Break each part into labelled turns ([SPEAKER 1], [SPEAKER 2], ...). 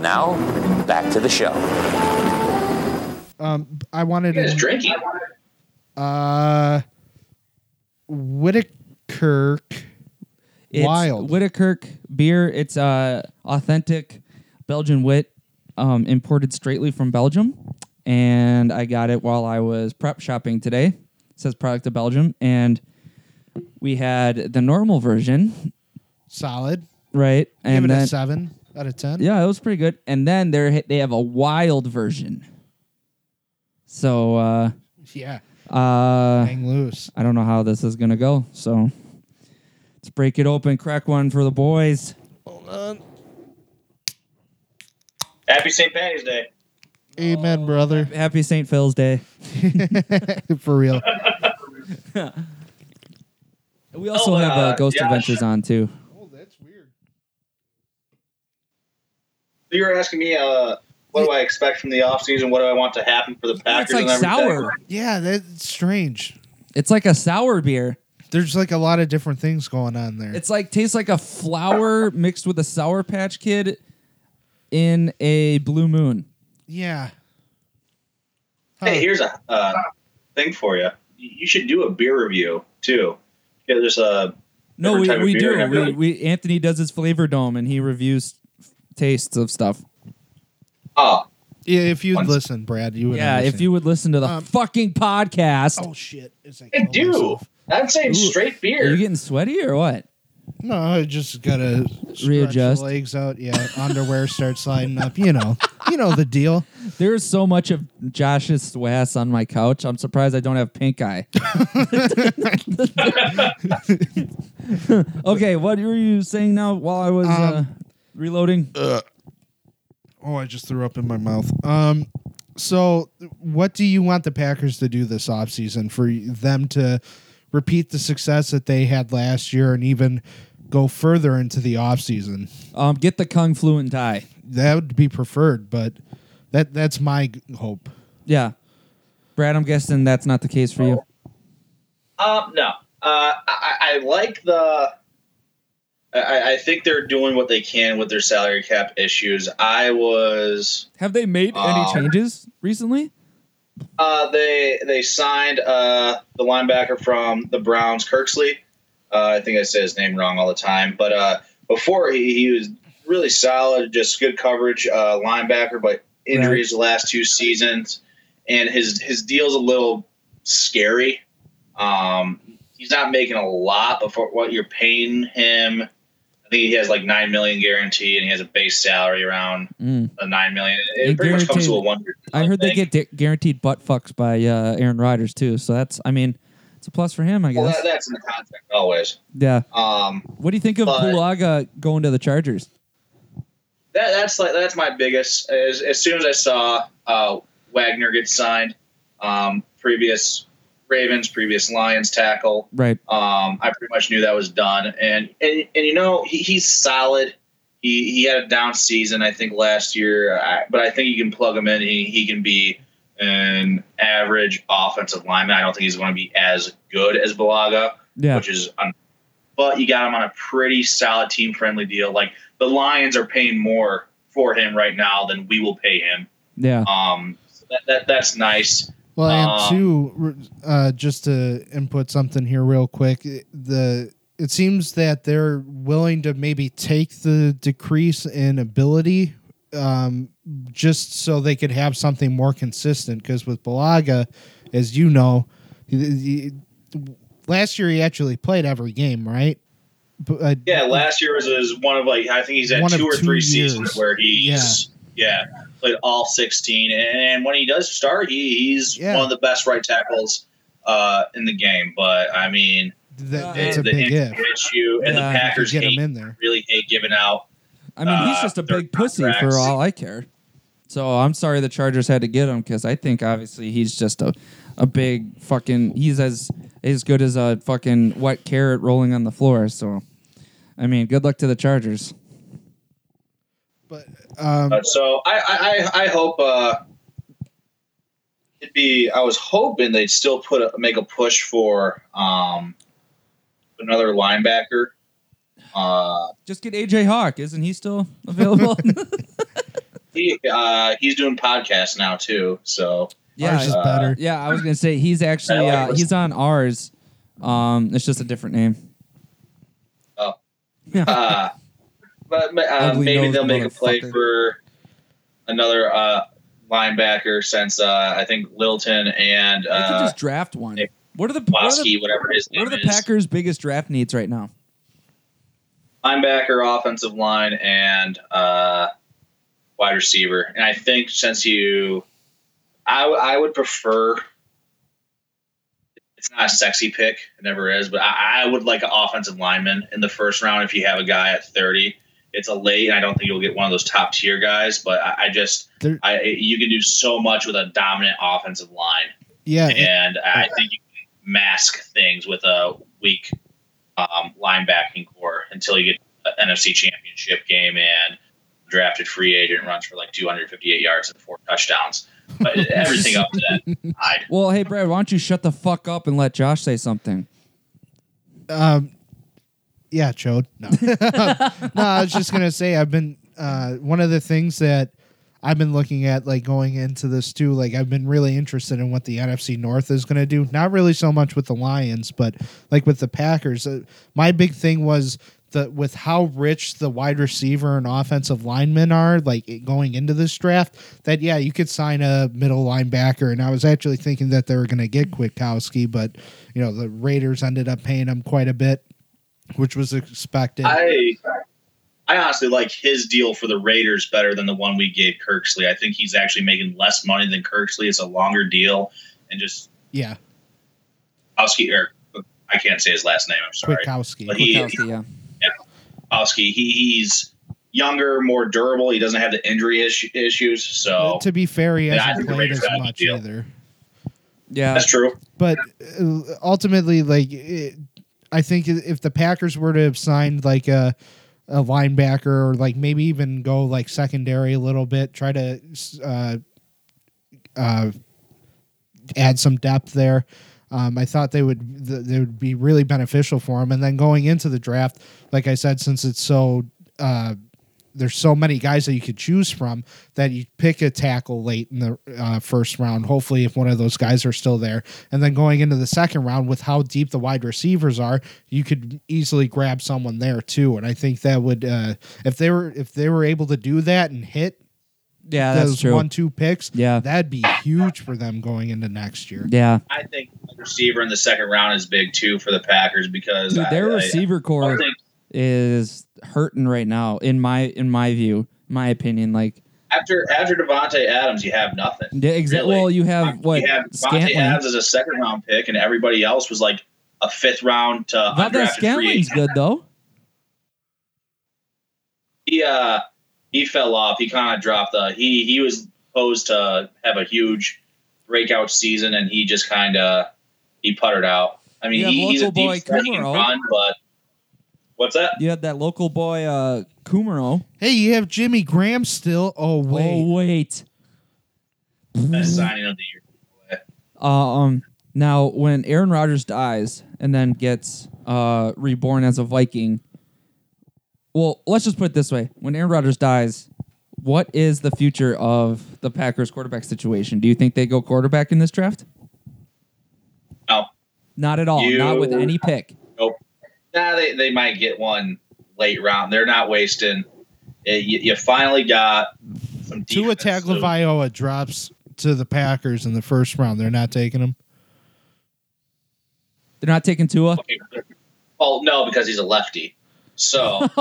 [SPEAKER 1] now, back to the show.
[SPEAKER 2] Um, I wanted
[SPEAKER 3] It's
[SPEAKER 2] to.
[SPEAKER 3] drinking.
[SPEAKER 2] Uh, Whitaker.
[SPEAKER 4] It's
[SPEAKER 2] Wild.
[SPEAKER 4] Whitakirk beer. It's uh, authentic Belgian wit, um, imported straightly from Belgium, and I got it while I was prep shopping today. It says product of Belgium, and we had the normal version,
[SPEAKER 2] Solid.
[SPEAKER 4] right?
[SPEAKER 2] Give
[SPEAKER 4] And
[SPEAKER 2] it
[SPEAKER 4] then
[SPEAKER 2] a seven out of ten.
[SPEAKER 4] yeah, it was pretty good. And then they they have a wild version. So uh,
[SPEAKER 2] Yeah.
[SPEAKER 4] uh,
[SPEAKER 2] Hang loose.
[SPEAKER 4] I don't know how this is gonna go. So let's break it open, crack one for the boys.
[SPEAKER 3] Happy St. Patty's Day.
[SPEAKER 2] Amen, brother.
[SPEAKER 4] Happy St. Phil's Day.
[SPEAKER 2] For real.
[SPEAKER 4] We also
[SPEAKER 3] Oh,
[SPEAKER 4] have uh,
[SPEAKER 3] uh,
[SPEAKER 4] Ghost
[SPEAKER 3] yeah,
[SPEAKER 4] Adventures on too.
[SPEAKER 2] Oh, that's weird.
[SPEAKER 3] So you were asking me, uh, what do I expect from the off season? What do I want to happen for the Packers?
[SPEAKER 4] It's like
[SPEAKER 3] and everything?
[SPEAKER 4] sour.
[SPEAKER 2] Yeah, that's strange.
[SPEAKER 4] It's like a sour beer.
[SPEAKER 2] There's like a lot of different things going on there.
[SPEAKER 4] It's like tastes like a flower mixed with a sour patch kid in a blue moon.
[SPEAKER 2] yeah.
[SPEAKER 3] Hey,
[SPEAKER 2] Huh.
[SPEAKER 3] here's a uh, thing for you. You should do a beer review too. Yeah, there's a
[SPEAKER 4] No,
[SPEAKER 3] Different
[SPEAKER 4] we,
[SPEAKER 3] type of
[SPEAKER 4] we
[SPEAKER 3] beer,
[SPEAKER 4] do.
[SPEAKER 3] yeah.
[SPEAKER 4] We, we Anthony does his flavor dome and he reviews tastes of stuff.
[SPEAKER 3] oh
[SPEAKER 2] Yeah, if you'd
[SPEAKER 3] Once-
[SPEAKER 2] listen, Brad, you would.
[SPEAKER 4] Yeah, if
[SPEAKER 2] understand.
[SPEAKER 4] you would listen to the
[SPEAKER 2] Um,
[SPEAKER 4] fucking podcast.
[SPEAKER 2] Oh shit! It's like,
[SPEAKER 3] I
[SPEAKER 2] oh,
[SPEAKER 3] do.
[SPEAKER 2] myself.
[SPEAKER 3] I'm saying
[SPEAKER 4] Ooh.
[SPEAKER 3] straight
[SPEAKER 4] Are you
[SPEAKER 3] beer.
[SPEAKER 4] getting sweaty or what?
[SPEAKER 2] No, I just gotta stretch
[SPEAKER 4] Readjust.
[SPEAKER 2] the legs out. Yeah, underwear starts sliding up. You know, you know the deal.
[SPEAKER 4] There's so much of Josh's swass on my couch. I'm surprised I don't have pink eye. okay, what were you saying now while I was uh,
[SPEAKER 2] Um,
[SPEAKER 4] reloading?
[SPEAKER 2] Oh, I just threw up in my mouth. Um, so what do you want the Packers to do this offseason for them to repeat the success that they had last year and even go further into the offseason?
[SPEAKER 4] Um, get the kung flu and tie.
[SPEAKER 2] That would be preferred, but that that's my g- hope.
[SPEAKER 4] Yeah, Brad, I'm guessing that's not the case for you.
[SPEAKER 3] Um, no, uh, I, I like the. I, I think they're doing what they can with their salary cap issues. I was
[SPEAKER 4] Have they made any
[SPEAKER 3] Um,
[SPEAKER 4] changes recently?
[SPEAKER 3] Uh, they they signed uh, the linebacker from the Browns, Kirksley. Uh, I think I say his name wrong all the time, but uh, before he, he was really solid, just good coverage uh, linebacker. But injuries the last two seasons, and his his deal's a little scary. Um, he's not making a lot, but for what you're paying him, I think he has like nine million guarantee, and he has a base salary around
[SPEAKER 4] Mm.
[SPEAKER 3] a nine million.
[SPEAKER 4] And
[SPEAKER 3] It pretty much comes to
[SPEAKER 4] guaranteed-
[SPEAKER 3] a one.
[SPEAKER 4] I heard they
[SPEAKER 3] thing.
[SPEAKER 4] get di- guaranteed butt fucks by uh, Aaron Rodgers too. So that's, I mean, it's a plus for him, I
[SPEAKER 3] Well,
[SPEAKER 4] guess.
[SPEAKER 3] that, that's in the contract always.
[SPEAKER 4] yeah.
[SPEAKER 3] Um,
[SPEAKER 4] What do you think of
[SPEAKER 3] But-
[SPEAKER 4] Bulaga going to the Chargers?
[SPEAKER 3] that, that's like that's my biggest. As, as soon as I saw uh, Wagner get signed, um, previous Ravens, previous Lions tackle,
[SPEAKER 4] Right.
[SPEAKER 3] um, I pretty much knew that was done. And and, and you know he, he's solid. He he had a down season I think last year, I, but I think you can plug him in. He he can be an average offensive lineman. I don't think he's going to be as good as Balaga
[SPEAKER 4] Yeah.
[SPEAKER 3] which is un- but you got him on a pretty solid team friendly deal. Like the Lions are paying more for him right now than we will pay him.
[SPEAKER 4] Yeah.
[SPEAKER 3] Um, so that, that that's nice.
[SPEAKER 2] Well, and
[SPEAKER 3] Um,
[SPEAKER 2] two, r- uh, just to input something here real quick, i- the it seems that they're willing to maybe take the decrease in ability um, just so they could have something more consistent. Because with Balaga, as you know, he- he- last year he actually played every game, right? B- uh,
[SPEAKER 3] Yeah, last year was, was one of like I think he's had
[SPEAKER 2] One of
[SPEAKER 3] two or
[SPEAKER 2] two
[SPEAKER 3] three
[SPEAKER 2] years.
[SPEAKER 3] seasons where he's yeah. played all sixteen, and when he does start, he, he's
[SPEAKER 2] Yeah.
[SPEAKER 3] one of the best right tackles uh, in the game. But I mean,
[SPEAKER 2] that,
[SPEAKER 4] Uh,
[SPEAKER 2] that's
[SPEAKER 3] the,
[SPEAKER 2] a
[SPEAKER 3] the
[SPEAKER 2] big
[SPEAKER 3] injury
[SPEAKER 2] if.
[SPEAKER 3] issue, and
[SPEAKER 4] Yeah,
[SPEAKER 3] the
[SPEAKER 4] if you
[SPEAKER 3] Packers
[SPEAKER 2] get
[SPEAKER 3] hate,
[SPEAKER 2] him in there.
[SPEAKER 3] really hate giving out.
[SPEAKER 4] I mean, he's
[SPEAKER 3] uh,
[SPEAKER 4] just a
[SPEAKER 3] their
[SPEAKER 4] big pussy for
[SPEAKER 3] contracts.
[SPEAKER 4] all I care. So I'm sorry the Chargers had to get him because I think obviously he's just a, a big fucking. He's as as good as a fucking wet carrot rolling on the floor. So, I mean, good luck to the Chargers.
[SPEAKER 2] But um,
[SPEAKER 3] Uh, so I, I, I- I hope uh, it'd be. I was hoping they'd still put a, make a push for um, another linebacker. Uh,
[SPEAKER 4] Just get AJ Hawk. Isn't he still available?
[SPEAKER 3] He, uh, he's doing podcasts now too. So
[SPEAKER 4] Yeah,
[SPEAKER 2] Ours is
[SPEAKER 4] uh,
[SPEAKER 2] better.
[SPEAKER 4] yeah. I was gonna say he's actually
[SPEAKER 3] I like
[SPEAKER 4] uh,
[SPEAKER 3] this.
[SPEAKER 4] he's on ours. Um, it's just a different name.
[SPEAKER 3] Oh.
[SPEAKER 4] Yeah.
[SPEAKER 3] uh, but ma- uh,
[SPEAKER 4] Ugly
[SPEAKER 3] maybe
[SPEAKER 4] nosed
[SPEAKER 3] they'll make a play
[SPEAKER 4] motherfucker.
[SPEAKER 3] for another uh, linebacker since uh, I think Littleton and
[SPEAKER 4] they could
[SPEAKER 3] uh,
[SPEAKER 4] just draft one.
[SPEAKER 3] Nick
[SPEAKER 4] What are the what are the,
[SPEAKER 3] Wasky, whatever his
[SPEAKER 4] what
[SPEAKER 3] name
[SPEAKER 4] are the
[SPEAKER 3] is,
[SPEAKER 4] Packers' biggest draft needs right now?
[SPEAKER 3] linebacker, offensive line, and uh, wide receiver. And I think since you, I w- I would prefer. It's not a sexy pick, it never is, but I, I would like an offensive lineman in the first round if you have a guy at thirty. It's a late, and I don't think you'll get one of those top tier guys. But I, I just,
[SPEAKER 2] There-
[SPEAKER 3] I you can do so much with a dominant offensive line
[SPEAKER 2] Yeah,
[SPEAKER 3] and I think you can mask things with a weak um, linebacking core until you get an NFC Championship game and drafted free agent runs for like 258 yards and four touchdowns. But everything up to that, I
[SPEAKER 4] Well, hey Brad, why don't you shut the fuck up and let Josh say something?
[SPEAKER 2] Um, yeah, Chode. No. no, I was just gonna say I've been uh, one of the things that I've been looking at, like going into this too. Like I've been really interested in what the NFC North is gonna do. Not really so much with the Lions, but like with the Packers. Uh, my big thing was. The, with how rich the wide receiver and offensive linemen are, like it- going into this draft, that yeah, you could sign a middle linebacker. And I was actually thinking that they were going to get Kwiatkowski, but you know the Raiders ended up paying him quite a bit, which was expected.
[SPEAKER 3] I I honestly like his deal for the Raiders better than the one we gave Kirksley. I think he's actually making less money than Kirksley. It's a longer deal, and just
[SPEAKER 2] yeah,
[SPEAKER 3] Kowski or I can't say his last name. I'm sorry.
[SPEAKER 2] Kwiatkowski.
[SPEAKER 3] But he-
[SPEAKER 4] Kwiatkowski, yeah.
[SPEAKER 3] Kowski. He, he's younger, more durable. He doesn't have the injury issue, issues, so
[SPEAKER 2] to be fair, he
[SPEAKER 3] Yeah, I
[SPEAKER 2] hasn't
[SPEAKER 3] think the
[SPEAKER 2] played
[SPEAKER 3] Raiders
[SPEAKER 2] as
[SPEAKER 3] got a
[SPEAKER 2] much
[SPEAKER 3] deal.
[SPEAKER 2] either.
[SPEAKER 4] Yeah.
[SPEAKER 3] that's true.
[SPEAKER 2] But uh, ultimately, like it, I think i- if the Packers were to have signed like a a linebacker or like maybe even go like secondary a little bit, try to uh, uh, add some depth there. Um, I thought they would th- they would be really beneficial for him. And then going into the draft, like I said, since it's so uh, there's so many guys that you could choose from that you pick a tackle late in the uh, first round. Hopefully, if one of those guys are still there, and then going into the second round with how deep the wide receivers are, you could easily grab someone there too. And I think that would uh, if they were if they were able to do that and hit
[SPEAKER 4] Yeah, that's
[SPEAKER 2] those
[SPEAKER 4] true.
[SPEAKER 2] one two picks,
[SPEAKER 4] Yeah.
[SPEAKER 2] that'd be huge for them going into next year.
[SPEAKER 4] yeah.
[SPEAKER 3] I think the receiver in the second round is big too for the Packers because
[SPEAKER 4] Dude,
[SPEAKER 3] I-
[SPEAKER 4] their
[SPEAKER 3] I-
[SPEAKER 4] receiver
[SPEAKER 3] I
[SPEAKER 4] core
[SPEAKER 3] think
[SPEAKER 4] is hurting right now, in my in my view, my opinion. Like
[SPEAKER 3] after after Devonte Adams, you have nothing.
[SPEAKER 4] yeah, exa-
[SPEAKER 3] Really?
[SPEAKER 4] well, you have what
[SPEAKER 3] you have Devontae Adams
[SPEAKER 4] Scantling.
[SPEAKER 3] as a second round pick, and everybody else was like a fifth round to
[SPEAKER 4] Valdez
[SPEAKER 3] undrafted free
[SPEAKER 4] Scantling's
[SPEAKER 3] agent.
[SPEAKER 4] good though.
[SPEAKER 3] He uh, he fell off. He kind of dropped. Uh, he he was posed to have a huge breakout season, and he just kind of he puttered out. I mean,
[SPEAKER 4] You have
[SPEAKER 3] he, he's a
[SPEAKER 4] local
[SPEAKER 3] deep
[SPEAKER 4] boy
[SPEAKER 3] threat. He can
[SPEAKER 4] Kumaro.
[SPEAKER 3] run, but what's that?
[SPEAKER 4] You had that local boy uh Kumaro.
[SPEAKER 2] Hey, you have Jimmy Graham still. Oh wait,
[SPEAKER 4] Oh wait. Mm-hmm.
[SPEAKER 3] Best signing of the year.
[SPEAKER 4] Uh, um now when Aaron Rodgers dies and then gets uh reborn as a Viking. Well, let's just put it this way. When Aaron Rodgers dies, what is the future of the Packers quarterback situation? Do you think they go quarterback in this draft?
[SPEAKER 3] No,
[SPEAKER 4] Not at all.
[SPEAKER 3] You-
[SPEAKER 4] Not with any pick.
[SPEAKER 3] nah, they, they might get one late round. They're not wasting. It, you, you finally got some
[SPEAKER 2] Tua
[SPEAKER 3] defense, so-
[SPEAKER 2] Tagovailoa drops to the Packers in the first round. They're not taking him.
[SPEAKER 4] They're not taking Tua.
[SPEAKER 3] Well, no, because he's a lefty. So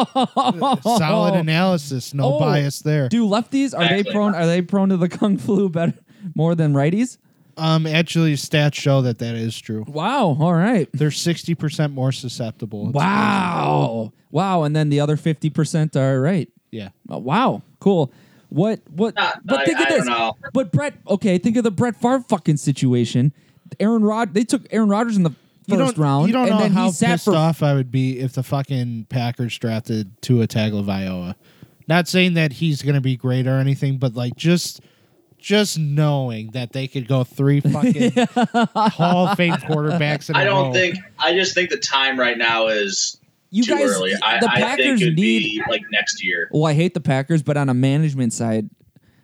[SPEAKER 2] Solid analysis, no
[SPEAKER 4] Oh.
[SPEAKER 2] bias there.
[SPEAKER 4] Do lefties are they
[SPEAKER 3] Exactly.
[SPEAKER 4] prone are they prone to the kung flu better more than righties?
[SPEAKER 2] Um, actually, stats show that that is true.
[SPEAKER 4] Wow. All right.
[SPEAKER 2] They're sixty percent more susceptible. It's
[SPEAKER 4] Wow. Wow. And then the other fifty percent are right.
[SPEAKER 2] crazy. Yeah.
[SPEAKER 4] Oh, wow. Cool. What? What?
[SPEAKER 3] Not-
[SPEAKER 4] but
[SPEAKER 3] Uh, I-
[SPEAKER 4] think of
[SPEAKER 3] I
[SPEAKER 4] this.
[SPEAKER 3] don't know.
[SPEAKER 4] But Brett. Okay. Think of the Brett Favre fucking situation. Aaron Rod. They took Aaron Rodgers in the
[SPEAKER 2] You
[SPEAKER 4] first
[SPEAKER 2] don't,
[SPEAKER 4] round.
[SPEAKER 2] you don't
[SPEAKER 4] and
[SPEAKER 2] know
[SPEAKER 4] then
[SPEAKER 2] how
[SPEAKER 4] he sat
[SPEAKER 2] pissed
[SPEAKER 4] for.
[SPEAKER 2] off I would be if the fucking Packers drafted Tua Tagovailoa. Not saying that he's going to be great or anything, but like just just knowing that they could go three fucking Hall of Fame quarterbacks. In a
[SPEAKER 3] I
[SPEAKER 2] row.
[SPEAKER 3] don't think. I just think the time right now is
[SPEAKER 4] You
[SPEAKER 3] too
[SPEAKER 4] guys.
[SPEAKER 3] early. I,
[SPEAKER 4] the
[SPEAKER 3] I think
[SPEAKER 4] Packers
[SPEAKER 3] it'd
[SPEAKER 4] need.
[SPEAKER 3] be like next year.
[SPEAKER 4] Well, I hate the Packers, but on a management side,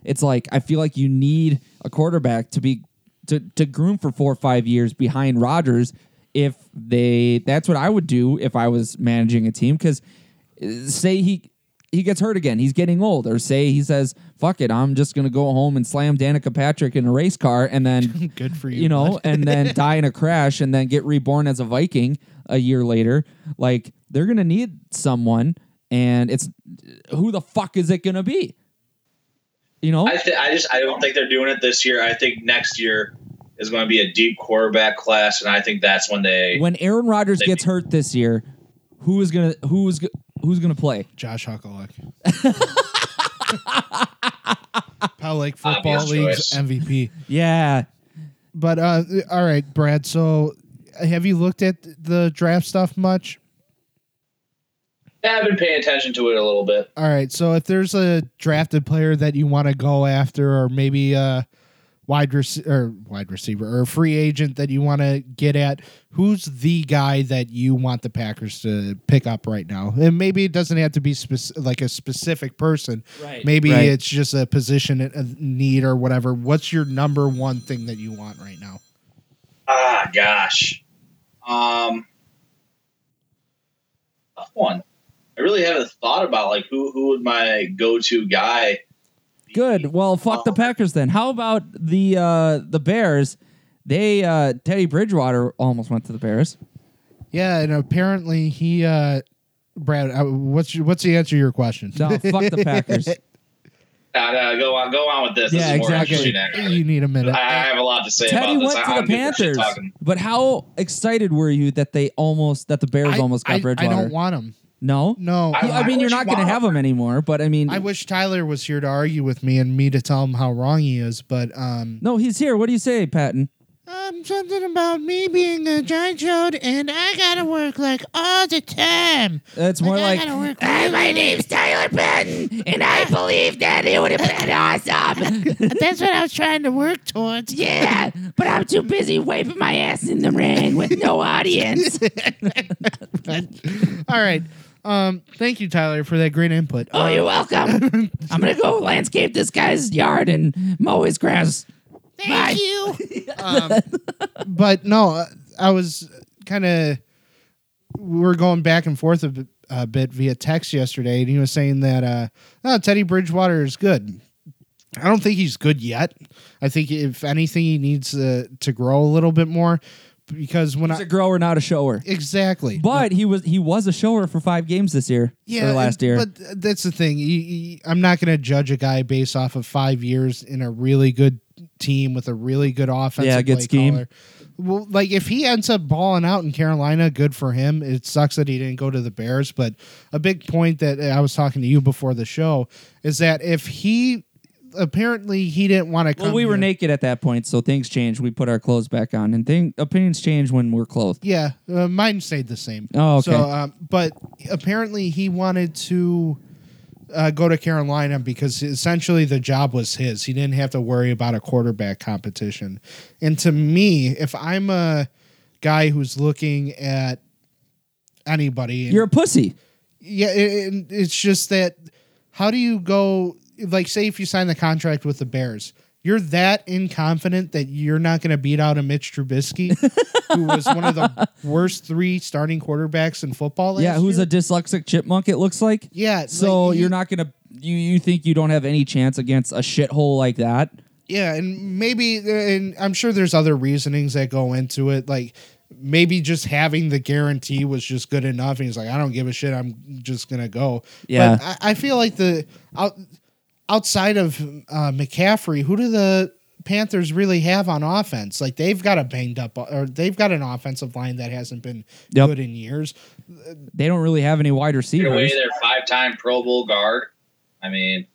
[SPEAKER 4] It's like I feel like you need a quarterback to be to, to groom for four or five years behind Rodgers. If they, that's what I would do if I was managing a team. Because say he he gets hurt again, he's getting old, or say he says, "Fuck it, I'm just gonna go home and slam Danica Patrick in a race car," and then
[SPEAKER 2] Good for you,
[SPEAKER 4] you know,
[SPEAKER 2] bud.
[SPEAKER 4] and then die in a crash, and then get reborn as a Viking a year later. Like they're gonna need someone, and it's who the fuck is it gonna be? You know,
[SPEAKER 5] I, th- I just I don't think they're doing it this year. I think next year is going to be a deep quarterback class, and I think that's when they.
[SPEAKER 4] when Aaron Rodgers gets hurt this year, who is gonna who is go- who's gonna play?
[SPEAKER 2] Josh Huckleluck. Powell Lake Football
[SPEAKER 5] Obvious
[SPEAKER 2] League's
[SPEAKER 5] choice.
[SPEAKER 2] MVP.
[SPEAKER 4] Yeah,
[SPEAKER 2] But uh, all right, Brad. So, have you looked at the draft stuff much?
[SPEAKER 5] I've been paying attention to it a little bit.
[SPEAKER 2] All right. So, if there's a drafted player that you want to go after, or maybe a wide rec- or wide receiver, or a free agent that you want to get at, who's the guy that you want the Packers to pick up right now? And maybe it doesn't have to be spec- like a specific person.
[SPEAKER 4] right.
[SPEAKER 2] Maybe
[SPEAKER 4] Right.
[SPEAKER 2] it's just a position a need or whatever. What's your number one thing that you want right now?
[SPEAKER 5] Ah, gosh. Um, tough one. I really haven't thought about like who who would my go to guy. be.
[SPEAKER 4] Good. Well, fuck the Packers then. How about the uh the Bears? They uh Teddy Bridgewater almost went to the Bears.
[SPEAKER 2] Yeah, and apparently he, uh, Brad. uh, What's your, what's the answer to your question?
[SPEAKER 4] No, fuck the Packers.
[SPEAKER 5] Nah, nah, go on, go on with this.
[SPEAKER 4] Yeah,
[SPEAKER 5] this is more
[SPEAKER 4] exactly.
[SPEAKER 5] interesting. Actually.
[SPEAKER 2] you need a minute.
[SPEAKER 5] I, I have a lot to say
[SPEAKER 4] Teddy
[SPEAKER 5] about this.
[SPEAKER 4] went
[SPEAKER 5] I,
[SPEAKER 4] to
[SPEAKER 5] I'm
[SPEAKER 4] the
[SPEAKER 5] good for shit
[SPEAKER 4] Panthers.
[SPEAKER 5] talking.
[SPEAKER 4] But how excited were you that they almost that the Bears
[SPEAKER 2] I-
[SPEAKER 4] almost got
[SPEAKER 2] I,
[SPEAKER 4] Bridgewater?
[SPEAKER 2] I don't want him.
[SPEAKER 4] no,
[SPEAKER 2] No,
[SPEAKER 4] You- I,
[SPEAKER 5] I
[SPEAKER 4] mean, you're
[SPEAKER 5] wish
[SPEAKER 4] not going to
[SPEAKER 5] Waller-
[SPEAKER 4] have him anymore. But I mean,
[SPEAKER 2] I wish Tyler was here to argue with me and me to tell him how wrong he is. But um,
[SPEAKER 4] no, he's here. What do you say, Patton?
[SPEAKER 2] um something about me being a giant child and I gotta work like all the time.
[SPEAKER 4] It's more like
[SPEAKER 2] my name's
[SPEAKER 6] Tyler Patton, and I believe that it would have been awesome.
[SPEAKER 2] That's what I was trying to work towards.
[SPEAKER 6] yeah, but I'm too busy wiping my ass in the ring with no audience.
[SPEAKER 2] All right. Um, thank you, Tyler, for that great input.
[SPEAKER 6] Oh, you're welcome. I'm gonna go landscape this guy's yard and mow his grass. Thank you.
[SPEAKER 2] Um, but no, uh, I was kind of we were going back and forth a, bit- a bit via text yesterday, and he was saying that uh, oh, Teddy Bridgewater is good. I don't think he's good yet. I think if anything, he needs uh, to grow a little bit more because when
[SPEAKER 4] he's
[SPEAKER 2] I
[SPEAKER 4] a grower, not a shower.
[SPEAKER 2] exactly,
[SPEAKER 4] But he was he was a shower for five games this year or
[SPEAKER 2] and-
[SPEAKER 4] last year.
[SPEAKER 2] But th- that's the thing. You- you- I'm not going to judge a guy based off of five years in a really good team with a really good offensive
[SPEAKER 4] Yeah, good
[SPEAKER 2] play
[SPEAKER 4] scheme.
[SPEAKER 2] caller. Well, like if he ends up balling out in Carolina, good for him. It sucks that he didn't go to the Bears, but a big point that uh, I was talking to you before the show is that if he apparently he didn't want to come
[SPEAKER 4] Well, we were
[SPEAKER 2] here.
[SPEAKER 4] naked at that point, so things change. We put our clothes back on, and thing opinions change when we're clothed.
[SPEAKER 2] Yeah, uh, mine stayed the same.
[SPEAKER 4] Oh, okay.
[SPEAKER 2] So, um, but apparently he wanted to uh, go to Carolina because essentially the job was his. He didn't have to worry about a quarterback competition. And to me, if I'm a guy who's looking at anybody,
[SPEAKER 4] You're a pussy.
[SPEAKER 2] yeah, it, it- it's just that how do you go like say if you sign the contract with the Bears, you're that inconfident that you're not going to beat out a Mitch Trubisky, who was one of the worst three starting quarterbacks in football. Last
[SPEAKER 4] yeah, who's
[SPEAKER 2] year?
[SPEAKER 4] a dyslexic chipmunk? It looks like.
[SPEAKER 2] yeah?
[SPEAKER 4] So
[SPEAKER 2] like, he-
[SPEAKER 4] you're not gonna you you think you don't have any chance against a shithole like that?
[SPEAKER 2] Yeah, and maybe, and I'm sure there's other reasonings that go into it. Like maybe just having the guarantee was just good enough. And he's like, I don't give a shit. I'm just gonna go.
[SPEAKER 4] Yeah.
[SPEAKER 2] but I, I feel like the out, outside of uh, McCaffrey, who do the Panthers really have on offense? Like they've got a banged up, or they've got an offensive line that hasn't been
[SPEAKER 4] Yep.
[SPEAKER 2] good in years.
[SPEAKER 4] They don't really have any wide
[SPEAKER 5] You're away
[SPEAKER 4] receivers.
[SPEAKER 5] their five time Pro Bowl guard. I mean,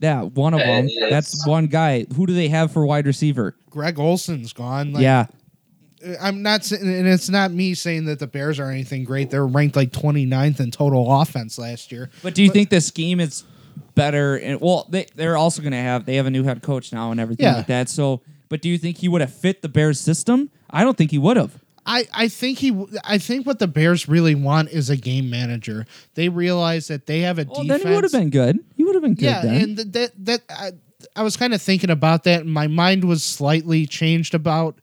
[SPEAKER 4] Yeah, one of
[SPEAKER 5] Uh,
[SPEAKER 4] them.
[SPEAKER 5] it's-
[SPEAKER 4] That's one guy. Who do they have for wide receiver?
[SPEAKER 2] Greg Olson's gone. Like, uh,
[SPEAKER 4] yeah,
[SPEAKER 2] I'm not saying, and it's not me saying that the Bears are anything great. They're ranked like 29th in total offense last year.
[SPEAKER 4] but do you think the scheme is better? And well, they they're also gonna have they have a new head coach now and everything
[SPEAKER 2] Yeah.
[SPEAKER 4] like that. So, but do you think he would have fit the Bears system? I don't think he would have.
[SPEAKER 2] I, I think he w- I think what the Bears really want is a game manager. They realize that they have a
[SPEAKER 4] Well,
[SPEAKER 2] defense.
[SPEAKER 4] then he would have been good. He would have been good
[SPEAKER 2] yeah,
[SPEAKER 4] then.
[SPEAKER 2] and th- that that I, I was kind of thinking about that, and my mind was slightly changed about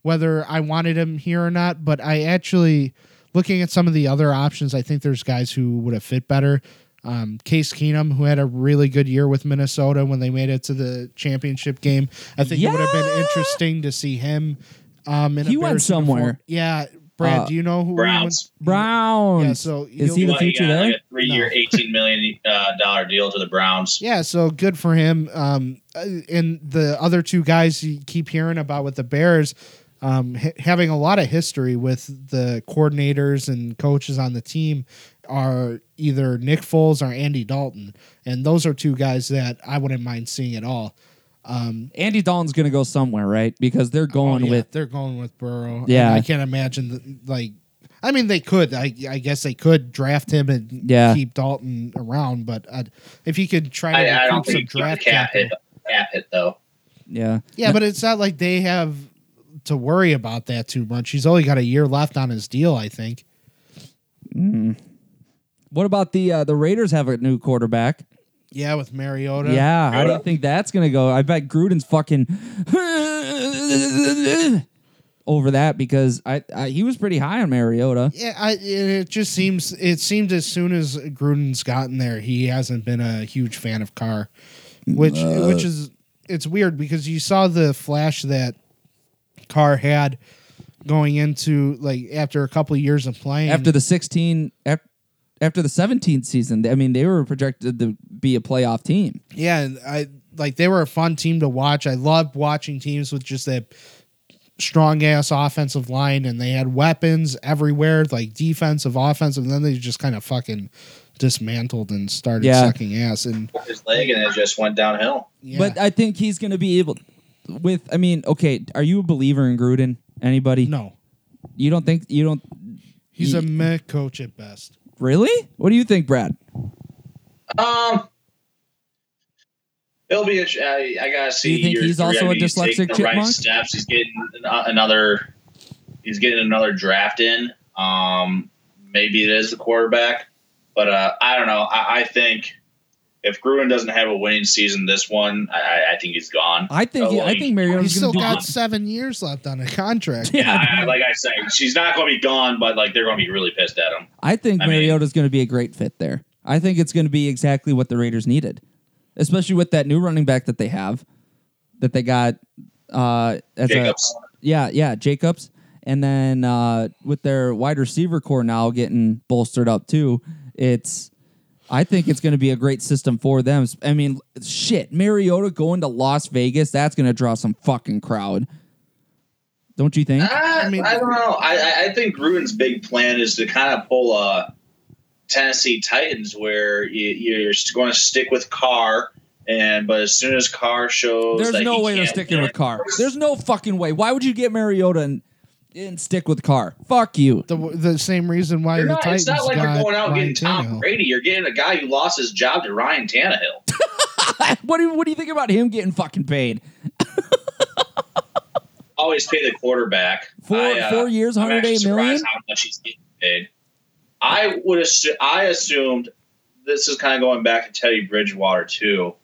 [SPEAKER 2] whether I wanted him here or not. But I actually, looking at some of the other options, I think there's guys who would have fit better. Um, Case Keenum, who had a really good year with Minnesota when they made it to the championship game, I think it would have been
[SPEAKER 4] Yeah.
[SPEAKER 2] interesting to see him. Um, in a
[SPEAKER 4] He went
[SPEAKER 2] Bears uniform.
[SPEAKER 4] somewhere.
[SPEAKER 2] Yeah, Brad,
[SPEAKER 4] Uh,
[SPEAKER 2] do you know who he
[SPEAKER 3] Browns.
[SPEAKER 2] went-
[SPEAKER 4] Brown.
[SPEAKER 2] Yeah, so
[SPEAKER 4] is he
[SPEAKER 2] you'll-
[SPEAKER 4] the
[SPEAKER 3] Well, he
[SPEAKER 4] future
[SPEAKER 3] got
[SPEAKER 4] there?
[SPEAKER 3] like a three-year, eighteen million uh, dollar deal to the Browns.
[SPEAKER 2] Yeah, so good for him. Um, uh, and the other two guys you keep hearing about with the Bears, um, ha- having a lot of history with the coordinators and coaches on the team, are either Nick Foles or Andy Dalton, and those are two guys that I wouldn't mind seeing at all. Um,
[SPEAKER 4] Andy Dalton's gonna go somewhere, right? Because they're going
[SPEAKER 2] Oh, yeah,
[SPEAKER 4] with.
[SPEAKER 2] they're going with Burrow. and
[SPEAKER 4] Yeah.
[SPEAKER 2] I can't imagine the, like. I mean, they could. I, I guess they could draft him and
[SPEAKER 4] Yeah.
[SPEAKER 2] keep Dalton around, but i if he could try to
[SPEAKER 3] I, I
[SPEAKER 2] recoup
[SPEAKER 3] don't
[SPEAKER 2] some
[SPEAKER 3] think he's got
[SPEAKER 2] draft
[SPEAKER 3] the cap
[SPEAKER 2] capital-
[SPEAKER 3] hit, cap hit though.
[SPEAKER 4] Yeah.
[SPEAKER 2] Yeah, but it's not like they have to worry about that too much. He's only got a year left on his deal, I think.
[SPEAKER 4] What about the uh, the Raiders have a new quarterback?
[SPEAKER 2] Yeah, with Mariota.
[SPEAKER 4] Yeah, how do you
[SPEAKER 3] Yoda?
[SPEAKER 4] think that's gonna go? I bet Gruden's fucking over that because I, I he was pretty high on Mariota.
[SPEAKER 2] Yeah, I, it it just seems it seems as soon as Gruden's gotten there, he hasn't been a huge fan of Carr, which which is it's weird because you saw the flash that Carr had going into like after a couple of years of playing
[SPEAKER 4] After the sixteen, af- after the seventeenth season, I mean they were projected to be a playoff team.
[SPEAKER 2] yeah, and I like they were a fun team to watch. I loved watching teams with just that strong ass offensive line, and they had weapons everywhere, like defensive, offensive. And then they just kind of fucking dismantled and started
[SPEAKER 4] Yeah.
[SPEAKER 2] sucking ass. And
[SPEAKER 3] His leg and it just went downhill.
[SPEAKER 2] yeah,
[SPEAKER 4] But uh, I think he's gonna be able with. I mean, okay, are you a believer in Gruden? Anybody?
[SPEAKER 2] no,
[SPEAKER 4] You don't think you don't
[SPEAKER 2] he's a meh coach at best.
[SPEAKER 4] really? What do you think, Brad?
[SPEAKER 3] Um, it'll be. A, I, I gotta see.
[SPEAKER 4] Do you think
[SPEAKER 3] year
[SPEAKER 4] he's
[SPEAKER 3] three. I
[SPEAKER 4] also
[SPEAKER 3] mean,
[SPEAKER 4] a
[SPEAKER 3] he's taking
[SPEAKER 4] dyslexic
[SPEAKER 3] the
[SPEAKER 4] chipmunk?
[SPEAKER 3] Right steps. He's getting an- uh, another. He's getting another draft in. Um, maybe it is the quarterback, but uh, I don't know. I, I think if Gruen doesn't have a winning season this one, I- I, I think he's gone.
[SPEAKER 4] I think
[SPEAKER 3] Oh,
[SPEAKER 4] he- I
[SPEAKER 3] like-
[SPEAKER 4] think Mariota's
[SPEAKER 2] He's still
[SPEAKER 4] gonna do
[SPEAKER 2] got seven years left on a contract.
[SPEAKER 4] Yeah,
[SPEAKER 3] I, I- like I said, she's not going to be gone, but like they're going to be really pissed at him.
[SPEAKER 4] I think
[SPEAKER 3] I mean-
[SPEAKER 4] Mariota's going to be a great fit there. I think it's going to be exactly what the Raiders needed, especially with that new running back that they have, that they got uh, as
[SPEAKER 3] Jacobs.
[SPEAKER 4] a yeah yeah Jacobs, and then uh, with their wide receiver core now getting bolstered up too. It's I think it's going to be a great system for them. I mean, shit, Mariota going to Las Vegas, that's going to draw some fucking crowd. Don't you think?
[SPEAKER 3] I,
[SPEAKER 2] mean-
[SPEAKER 3] I don't know. I, I- I think Gruden's big plan is to kind of pull a Tennessee Titans where you, you're going to stick with Carr, and but as soon as Carr shows,
[SPEAKER 4] There's
[SPEAKER 3] that
[SPEAKER 4] no
[SPEAKER 3] he
[SPEAKER 4] way they're
[SPEAKER 3] can't
[SPEAKER 4] sticking
[SPEAKER 3] win-
[SPEAKER 4] with Carr. There's no fucking way. Why would you get Mariota and, and stick with Carr? Fuck you.
[SPEAKER 2] The, the same reason why
[SPEAKER 3] You're
[SPEAKER 2] the
[SPEAKER 3] not-
[SPEAKER 2] Titans
[SPEAKER 3] it's not like
[SPEAKER 2] got
[SPEAKER 3] you're going out and
[SPEAKER 2] Ryan
[SPEAKER 3] getting Tom
[SPEAKER 2] Tannehill.
[SPEAKER 3] Brady. You're getting a guy who lost his job to Ryan Tannehill.
[SPEAKER 4] What do you, what do you think about him getting fucking paid?
[SPEAKER 3] Always pay the quarterback.
[SPEAKER 4] Four- four years,
[SPEAKER 3] uh, I'm
[SPEAKER 4] 108
[SPEAKER 3] actually surprised
[SPEAKER 4] million?
[SPEAKER 3] How much he's getting paid? I would assume. I assumed this is kind of going back to Teddy Bridgewater too.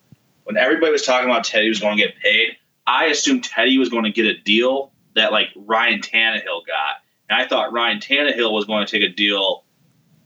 [SPEAKER 3] When everybody was talking about Teddy was going to get paid, I assumed Teddy was going to get a deal that like Ryan Tannehill got, and I thought Ryan Tannehill was going to take a deal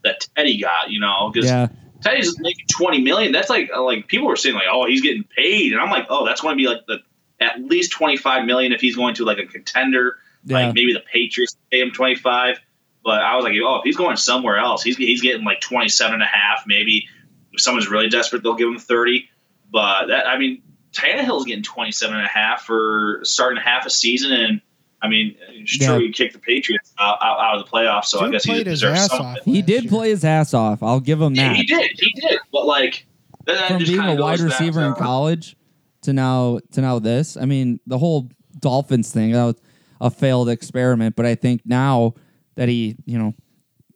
[SPEAKER 3] that Teddy got. You know, because
[SPEAKER 4] Yeah.
[SPEAKER 3] Teddy's just making twenty million. That's like like people were saying like, oh, he's getting paid, and I'm like, oh, that's going to be like the at least twenty five million if he's going to like a contender,
[SPEAKER 4] Yeah.
[SPEAKER 3] like maybe the Patriots pay him twenty five. But I was like, oh, if he's going somewhere else, he's he's getting like 27 and a half. Maybe if someone's really desperate, they'll give him thirty. But that I mean, Tannehill's getting 27 and a half for starting half a season and. I mean, it's
[SPEAKER 4] Yeah.
[SPEAKER 3] true. He kicked the Patriots out, out, out of the playoffs, so I
[SPEAKER 2] Dude
[SPEAKER 3] guess he
[SPEAKER 2] played his
[SPEAKER 3] deserves
[SPEAKER 2] ass
[SPEAKER 3] something.
[SPEAKER 2] off
[SPEAKER 4] He
[SPEAKER 2] last
[SPEAKER 4] did
[SPEAKER 2] year.
[SPEAKER 4] play his ass off. I'll give him
[SPEAKER 3] Yeah,
[SPEAKER 4] that.
[SPEAKER 3] he did. He did. But like that
[SPEAKER 4] From
[SPEAKER 3] just
[SPEAKER 4] being a
[SPEAKER 3] kinda
[SPEAKER 4] wide
[SPEAKER 3] goes back
[SPEAKER 4] receiver
[SPEAKER 3] to-
[SPEAKER 4] in college to now to now this. I mean, the whole Dolphins thing that was a failed experiment, but I think now that he, you know,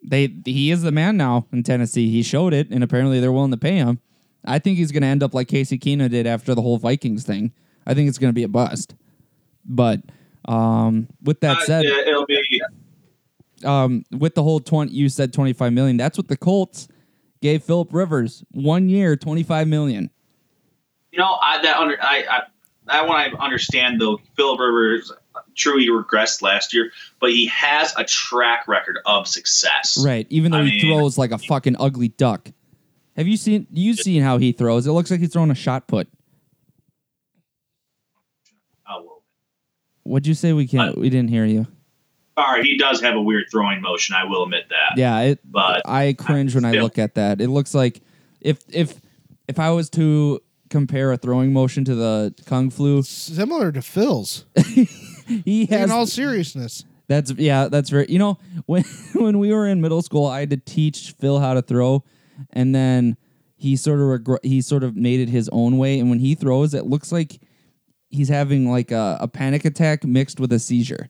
[SPEAKER 4] they he is the man now in Tennessee. He showed it, and apparently they're willing to pay him. I think he's going to end up like Casey Keenum did after the whole Vikings thing. I think it's going to be a bust. But um, with that
[SPEAKER 3] Uh,
[SPEAKER 4] said,
[SPEAKER 3] yeah, it'll be
[SPEAKER 4] um, with the whole 20 you said 25 million that's what the colts gave philip rivers one year 25 million
[SPEAKER 3] You know, I that under I, I that one I understand though. Philip Rivers, true, he regressed last year, but he has a track record of success.
[SPEAKER 4] Right. Even though
[SPEAKER 3] I
[SPEAKER 4] he
[SPEAKER 3] mean-
[SPEAKER 4] throws like a fucking ugly duck. Have you seen you seen how he throws? It looks like he's throwing a shot put.
[SPEAKER 3] Oh, well.
[SPEAKER 4] What'd you say? We can't. we didn't hear you.
[SPEAKER 3] Sorry, he does have a weird throwing motion. I will admit that.
[SPEAKER 4] Yeah. It,
[SPEAKER 3] But
[SPEAKER 4] I cringe when I
[SPEAKER 3] still.
[SPEAKER 4] look at that. It looks like if if if I was to compare a throwing motion to the kung flu,
[SPEAKER 2] Similar to Phil's.
[SPEAKER 4] he has
[SPEAKER 2] in all seriousness.
[SPEAKER 4] That's yeah, that's very. You know, when when we were in middle school, I had to teach Phil how to throw, and then he sort of regr- he sort of made it his own way. And when he throws, it looks like he's having like a, a panic attack mixed with a seizure,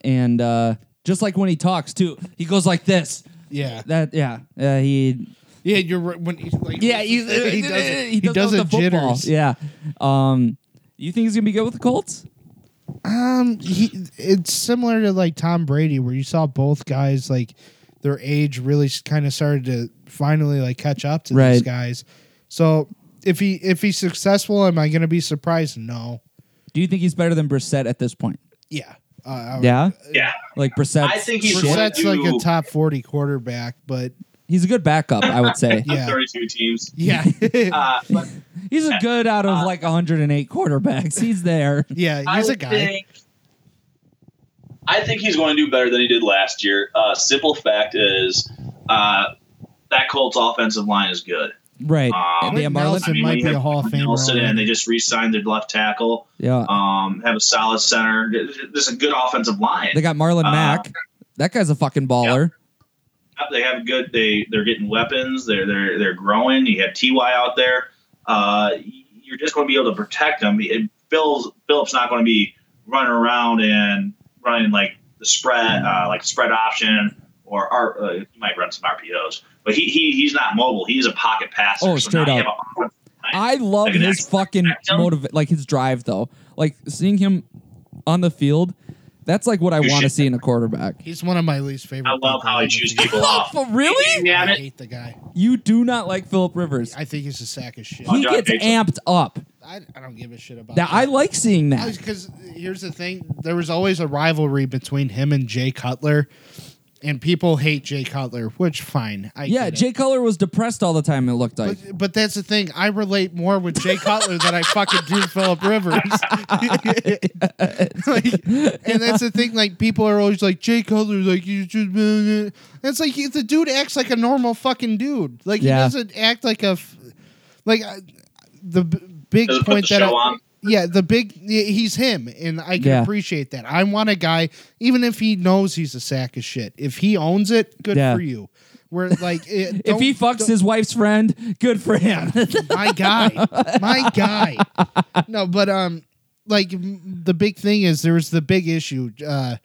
[SPEAKER 4] and uh, just like when he talks too, he goes like this.
[SPEAKER 2] Yeah.
[SPEAKER 4] That yeah, uh, he
[SPEAKER 2] Yeah, you're right. When he, like,
[SPEAKER 4] yeah he,
[SPEAKER 2] he does it. He,
[SPEAKER 4] does
[SPEAKER 2] does
[SPEAKER 4] with
[SPEAKER 2] it
[SPEAKER 4] the football.
[SPEAKER 2] jitters.
[SPEAKER 4] Yeah, um, you think he's gonna be good with the Colts?
[SPEAKER 2] Um, he it's similar to like Tom Brady, where you saw both guys like their age really kind of started to finally like catch up to these
[SPEAKER 4] Right.
[SPEAKER 2] guys. So if he if he's successful, am I going to be surprised? No.
[SPEAKER 4] Do you think he's better than Brissett at this point?
[SPEAKER 2] Yeah. Uh, I-
[SPEAKER 4] Yeah,
[SPEAKER 3] Oh, yeah.
[SPEAKER 4] like Brissett.
[SPEAKER 3] I think he's one of
[SPEAKER 2] Brissett's like a
[SPEAKER 3] you-
[SPEAKER 2] top forty quarterback, but
[SPEAKER 4] He's a good backup, I would say.
[SPEAKER 2] Yeah.
[SPEAKER 3] 32 teams.
[SPEAKER 2] yeah,
[SPEAKER 3] Uh, but
[SPEAKER 4] He's a good out
[SPEAKER 3] Uh,
[SPEAKER 4] of like 108 quarterbacks. He's there.
[SPEAKER 2] yeah,
[SPEAKER 3] I
[SPEAKER 2] he's a
[SPEAKER 3] would
[SPEAKER 2] guy.
[SPEAKER 3] Think, I think he's going to do better than he did last year. Uh, simple fact is uh, that Colts offensive line is good.
[SPEAKER 4] Right.
[SPEAKER 3] Um,
[SPEAKER 4] Yeah,
[SPEAKER 2] Quentin
[SPEAKER 4] Marlon-
[SPEAKER 2] Nelson
[SPEAKER 3] I mean,
[SPEAKER 2] might
[SPEAKER 3] when
[SPEAKER 2] be
[SPEAKER 3] you have
[SPEAKER 2] a Hall of Famer.
[SPEAKER 3] Nelson and
[SPEAKER 2] already.
[SPEAKER 3] they just re-signed their left tackle.
[SPEAKER 4] Yeah.
[SPEAKER 3] Um, have a solid center. There's a good offensive line.
[SPEAKER 4] They got Marlon
[SPEAKER 3] uh,
[SPEAKER 4] Mack. That guy's a fucking baller.
[SPEAKER 3] They have good. They they're getting weapons. They're they're they're growing. You have Ty out there. Uh, you're just going to be able to protect them. It, Phil's Phillips not going to be running around and running like the spread, uh, like spread option, or R, uh, he might run some RPOs, but he, he he's not mobile. He's a pocket passer.
[SPEAKER 4] Oh,
[SPEAKER 3] now
[SPEAKER 4] straight
[SPEAKER 3] you
[SPEAKER 4] up.
[SPEAKER 3] have a-
[SPEAKER 4] I love
[SPEAKER 3] Like an
[SPEAKER 4] his
[SPEAKER 3] actual
[SPEAKER 4] fucking
[SPEAKER 3] actor.
[SPEAKER 4] motive, like his drive though. Like seeing him on the field, that's like what I
[SPEAKER 3] You
[SPEAKER 4] want to
[SPEAKER 3] should-
[SPEAKER 4] see in a quarterback.
[SPEAKER 2] he's one of my least favorite.
[SPEAKER 3] I love
[SPEAKER 2] people
[SPEAKER 3] how
[SPEAKER 2] on
[SPEAKER 3] he
[SPEAKER 2] the
[SPEAKER 3] chews
[SPEAKER 2] team.
[SPEAKER 3] people off.
[SPEAKER 4] For really?
[SPEAKER 3] Yeah,
[SPEAKER 2] I
[SPEAKER 3] man.
[SPEAKER 2] hate the guy.
[SPEAKER 4] You do not like Philip Rivers.
[SPEAKER 2] I think he's a sack of shit.
[SPEAKER 4] He
[SPEAKER 3] John
[SPEAKER 4] gets
[SPEAKER 3] Bates.
[SPEAKER 4] amped up.
[SPEAKER 2] I, I don't give a shit about
[SPEAKER 4] That I like seeing that.
[SPEAKER 2] because here's the thing: there was always a rivalry between him and Jay Cutler, and people hate Jay Cutler, which fine. I
[SPEAKER 4] Yeah,
[SPEAKER 2] get it.
[SPEAKER 4] Jay Cutler was depressed all the time. It looked like.
[SPEAKER 2] But, but that's the thing. I relate more with Jay Cutler than I fucking do Philip Rivers. Like, and that's the thing. Like people are always like Jay Cutler, like you just. blah, blah." It's like if the dude acts like a normal fucking dude. Like
[SPEAKER 4] Yeah.
[SPEAKER 2] he doesn't act like a, f- like I, the b- big
[SPEAKER 3] Doesn't put
[SPEAKER 2] point
[SPEAKER 3] the
[SPEAKER 2] that I,
[SPEAKER 3] show on.
[SPEAKER 2] yeah, the big yeah, he's him, and I can
[SPEAKER 4] Yeah.
[SPEAKER 2] appreciate that. I want a guy, even if he knows he's a sack of shit. If he owns it, good
[SPEAKER 4] Yeah.
[SPEAKER 2] for you. Where like it,
[SPEAKER 4] if he
[SPEAKER 2] don't-
[SPEAKER 4] fucks his wife's friend, good for him.
[SPEAKER 2] my guy my guy no but um like m- the big thing is there's the big issue uh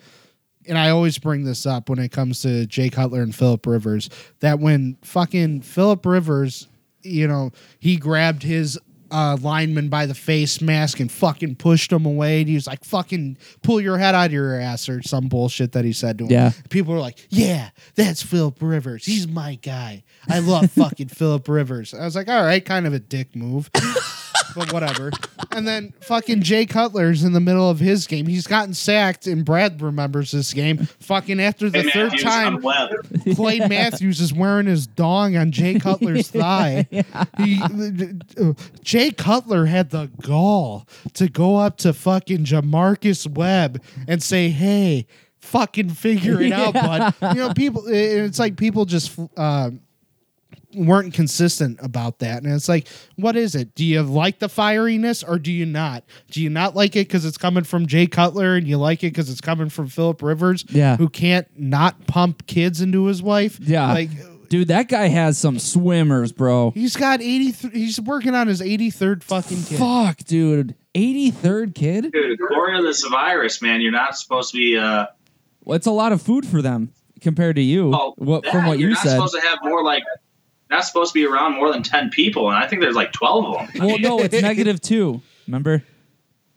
[SPEAKER 2] and I always bring this up when it comes to Jay Cutler and Philip Rivers that when fucking Philip Rivers, you know, he grabbed his uh, lineman by the face mask and fucking pushed him away. And he was like, fucking pull your head out of your ass or some bullshit that he said to him.
[SPEAKER 4] Yeah.
[SPEAKER 2] People were like, yeah, that's Philip Rivers. He's my guy. I love fucking Philip Rivers. I was like, all right, kind of a dick move but whatever. And then fucking Jay Cutler's in the middle of his game. He's gotten sacked, and Brad remembers this game. Fucking after the
[SPEAKER 3] Hey,
[SPEAKER 2] third
[SPEAKER 3] Matthews,
[SPEAKER 2] time,
[SPEAKER 3] I'm Webb.
[SPEAKER 2] Clay Matthews is wearing his dong on Jay Cutler's thigh. He, Jay Cutler had the gall to go up to fucking Jamarcus Webb and say, "Hey, fucking figure it out, bud." You know, people. and It's like people just. Uh, weren't consistent about that. And it's like, what is it? Do you like the fieriness or do you not? Do you not like it because it's coming from Jay Cutler and you like it because it's coming from Philip Rivers,
[SPEAKER 4] Yeah.
[SPEAKER 2] who can't not pump kids into his wife?
[SPEAKER 4] Yeah.
[SPEAKER 2] Like,
[SPEAKER 4] Dude, that guy has some swimmers, bro.
[SPEAKER 2] he's got 83, he's working on his 83rd fucking kid.
[SPEAKER 4] Fuck, dude. 83rd kid?
[SPEAKER 3] Dude, according to this virus, man, you're not supposed to be. Uh,
[SPEAKER 4] Well, it's a lot of food for them compared to you.
[SPEAKER 3] Oh,
[SPEAKER 4] what,
[SPEAKER 3] that,
[SPEAKER 4] from what
[SPEAKER 3] you're
[SPEAKER 4] you
[SPEAKER 3] not
[SPEAKER 4] said.
[SPEAKER 3] supposed to have more like not supposed to be around more than ten people, and I think there's like twelve of them.
[SPEAKER 4] Well, no, it's negative two. Remember?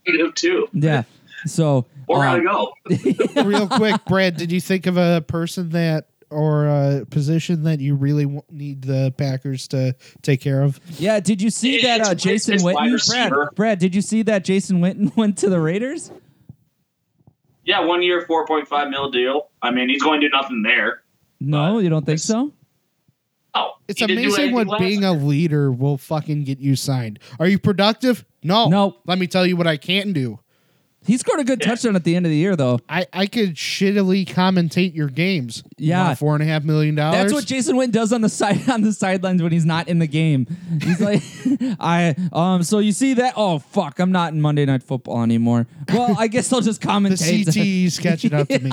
[SPEAKER 3] Negative two.
[SPEAKER 4] Yeah. So,
[SPEAKER 3] Or
[SPEAKER 4] um,
[SPEAKER 3] gotta go.
[SPEAKER 2] Real quick, Brad, did you think of a person that or a position that you really w- need the Packers to take care of.
[SPEAKER 4] Yeah, did you see
[SPEAKER 5] It-
[SPEAKER 4] that
[SPEAKER 5] it's-
[SPEAKER 4] uh, Jason
[SPEAKER 5] it's wide
[SPEAKER 4] Witten?
[SPEAKER 5] receiver.
[SPEAKER 4] Brad, Brad, did you see that Jason Witten went to the Raiders?
[SPEAKER 3] Yeah, one year, four point five mil deal. I mean, he's going to do nothing there.
[SPEAKER 4] No, you don't think so?
[SPEAKER 3] Oh,
[SPEAKER 2] It's
[SPEAKER 3] he didn't do
[SPEAKER 2] amazing
[SPEAKER 3] anything
[SPEAKER 2] what
[SPEAKER 3] last
[SPEAKER 2] being
[SPEAKER 3] year.
[SPEAKER 2] a leader will fucking get you signed. Are you productive? No.
[SPEAKER 4] No.
[SPEAKER 2] Let me tell you what I can do.
[SPEAKER 4] He scored a good
[SPEAKER 3] Yeah.
[SPEAKER 4] touchdown at the end of the year, though.
[SPEAKER 2] I, I could shittily commentate your games. You
[SPEAKER 4] Yeah.
[SPEAKER 2] want Four and a half million dollars.
[SPEAKER 4] That's what Jason Witten does on the side on the sidelines when he's not in the game. He's like, I um. So you see that? Oh fuck! I'm not in Monday Night Football anymore. Well, I guess I'll just
[SPEAKER 2] the
[SPEAKER 4] commentate.
[SPEAKER 2] CTE's catching up to me.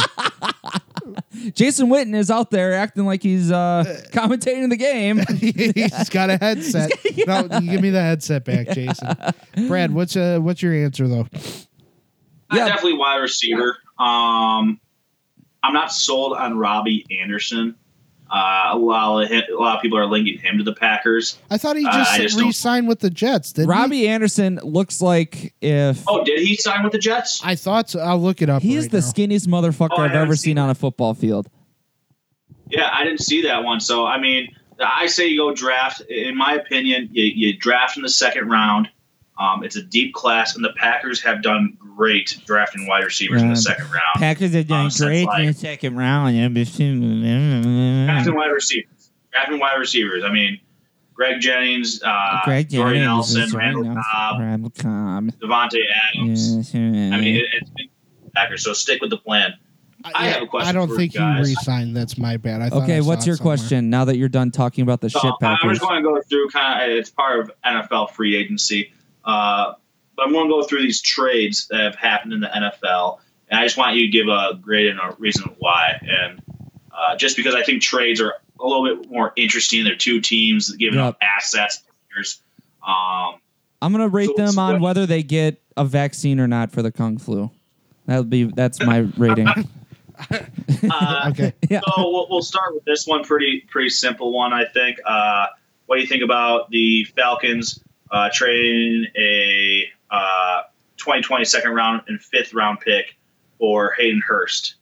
[SPEAKER 4] Jason Witten is out there acting like he's uh commentating the game.
[SPEAKER 2] He's got a headset. No, you give me the headset back, Jason. Brad, what's uh, what's your answer though?
[SPEAKER 4] Yeah.
[SPEAKER 3] definitely wide receiver. Um, I'm not sold on Robbie Anderson. Uh, a lot of hi- a lot of people are linking him to the Packers.
[SPEAKER 2] I thought he
[SPEAKER 3] Uh,
[SPEAKER 2] just,
[SPEAKER 3] I just don't-
[SPEAKER 2] re-signed with the Jets. Didn't he?
[SPEAKER 4] Robbie Anderson looks like if
[SPEAKER 3] Oh, did he sign with the Jets?
[SPEAKER 2] I thought so. I'll look it up.
[SPEAKER 4] he is
[SPEAKER 2] right
[SPEAKER 4] the
[SPEAKER 2] now.
[SPEAKER 4] skinniest motherfucker
[SPEAKER 3] Oh, I
[SPEAKER 4] I've ever
[SPEAKER 3] haven't
[SPEAKER 4] seen
[SPEAKER 3] seen
[SPEAKER 4] on a football field.
[SPEAKER 3] Yeah, I didn't see that one. So I mean, I say you go draft. In my opinion, you, you draft in the second round. Um, it's a deep class, and the Packers have done great drafting wide receivers in
[SPEAKER 4] Yeah.
[SPEAKER 3] the second round.
[SPEAKER 4] Packers are
[SPEAKER 3] doing great in the
[SPEAKER 4] second round.
[SPEAKER 3] drafting wide receivers. Drafting wide receivers. I mean, Greg Jennings, uh, Jordy Nelson, Randall Cobb, Devontae Adams. I mean, it, it's been Packers. So stick with the plan. I have a question
[SPEAKER 2] I don't
[SPEAKER 3] for you
[SPEAKER 2] think
[SPEAKER 3] guys.
[SPEAKER 2] he re-signed. That's my bad. I thought I
[SPEAKER 4] okay,
[SPEAKER 2] saw
[SPEAKER 4] what's
[SPEAKER 2] it
[SPEAKER 4] your
[SPEAKER 2] somewhere.
[SPEAKER 4] question now that you're done talking about the shit
[SPEAKER 3] So I- I'm
[SPEAKER 4] Packers?
[SPEAKER 3] just going to go through kind of it's part of NFL free agency, uh, but I'm going to go through these trades that have happened in the NFL, and I just want you to give a grade and a reason why, and uh, just because I think trades are a little bit more interesting. They're two teams giving up assets, players. Um,
[SPEAKER 4] I'm gonna rate
[SPEAKER 3] So
[SPEAKER 4] them
[SPEAKER 3] it's
[SPEAKER 4] on
[SPEAKER 3] what-
[SPEAKER 4] whether they get a vaccine or not for the kung flu. That'll be that's my rating.
[SPEAKER 3] uh,
[SPEAKER 2] Okay.
[SPEAKER 4] Yeah.
[SPEAKER 3] So we'll, we'll start with this one, pretty pretty simple one, I think. Uh, what do you think about the Falcons uh, trading a uh, 2020 second round and fifth round pick for Hayden Hurst?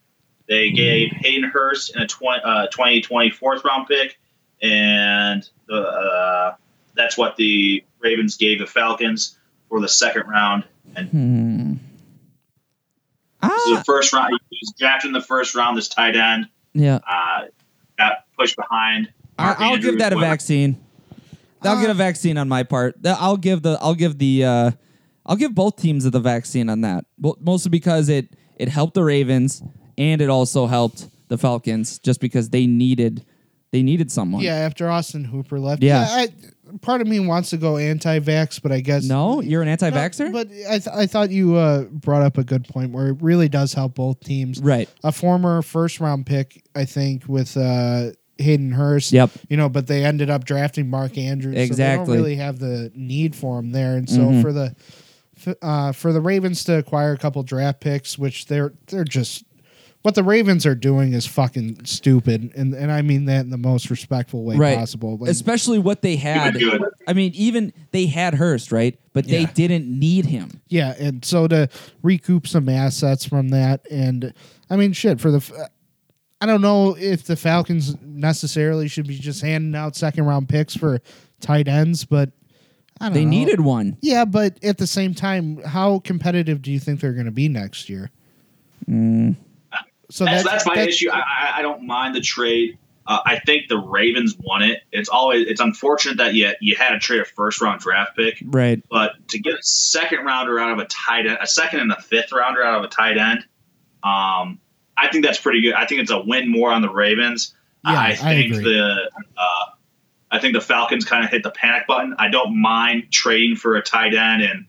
[SPEAKER 3] They gave Hayden Hurst and a 20, uh, 2020 fourth round pick, and the, uh, that's what the Ravens gave the Falcons for the second round. And
[SPEAKER 4] Hmm.
[SPEAKER 3] this is the
[SPEAKER 4] Ah,
[SPEAKER 3] first round. He was drafted in the first round, this tight end
[SPEAKER 4] yeah.
[SPEAKER 3] uh, got pushed behind.
[SPEAKER 4] I, I'll give that a vaccine. I'll
[SPEAKER 2] Uh,
[SPEAKER 4] get a vaccine on my part. Th- I'll give the I'll give the uh, I'll give both teams the vaccine on that. Bo- Mostly because it it helped the Ravens and it also helped the Falcons just because they needed they needed someone.
[SPEAKER 2] Yeah, after Austin Hooper left.
[SPEAKER 4] Yeah.
[SPEAKER 2] I, part of me wants to go anti-vax, but I guess
[SPEAKER 4] No, you're an anti-vaxer.
[SPEAKER 2] But I, th- I thought you uh, brought up a good point where it really does help both teams.
[SPEAKER 4] right.
[SPEAKER 2] A former first round pick, I think, with uh, Hayden Hurst.
[SPEAKER 4] Yep.
[SPEAKER 2] You know, but they ended up drafting Mark Andrews. So
[SPEAKER 4] Exactly.
[SPEAKER 2] they don't really have the need for him there, and so
[SPEAKER 4] Mhm.
[SPEAKER 2] for the f- uh, for the Ravens to acquire a couple draft picks, which they're they're just what the Ravens are doing is fucking stupid, and and I mean that in the most respectful way
[SPEAKER 4] Right.
[SPEAKER 2] possible. Like,
[SPEAKER 4] Especially what they had.
[SPEAKER 3] Good.
[SPEAKER 4] I mean, even they had Hurst, right? But they
[SPEAKER 2] Yeah.
[SPEAKER 4] didn't need him.
[SPEAKER 2] Yeah, and so to recoup some assets from that, and I mean, shit for the. f- I don't know if the Falcons necessarily should be just handing out second round picks for tight ends, but I don't
[SPEAKER 4] They
[SPEAKER 2] know.
[SPEAKER 4] needed one.
[SPEAKER 2] Yeah, but at the same time, how competitive do you think they're going to be next year?
[SPEAKER 4] Mm.
[SPEAKER 2] So
[SPEAKER 3] That's, that's my issue. I, I, I don't mind the trade. Uh, I think the Ravens won it. It's always it's unfortunate that you you had to trade a first round draft pick,
[SPEAKER 4] Right.
[SPEAKER 3] but to get a second rounder out of a tight end, a second and a fifth rounder out of a tight end, um, I think that's pretty good. I think it's a win more on the Ravens.
[SPEAKER 2] Yeah, I
[SPEAKER 3] I think
[SPEAKER 2] agree.
[SPEAKER 3] the uh, I think the Falcons kind of hit the panic button. I don't mind trading for a tight end, and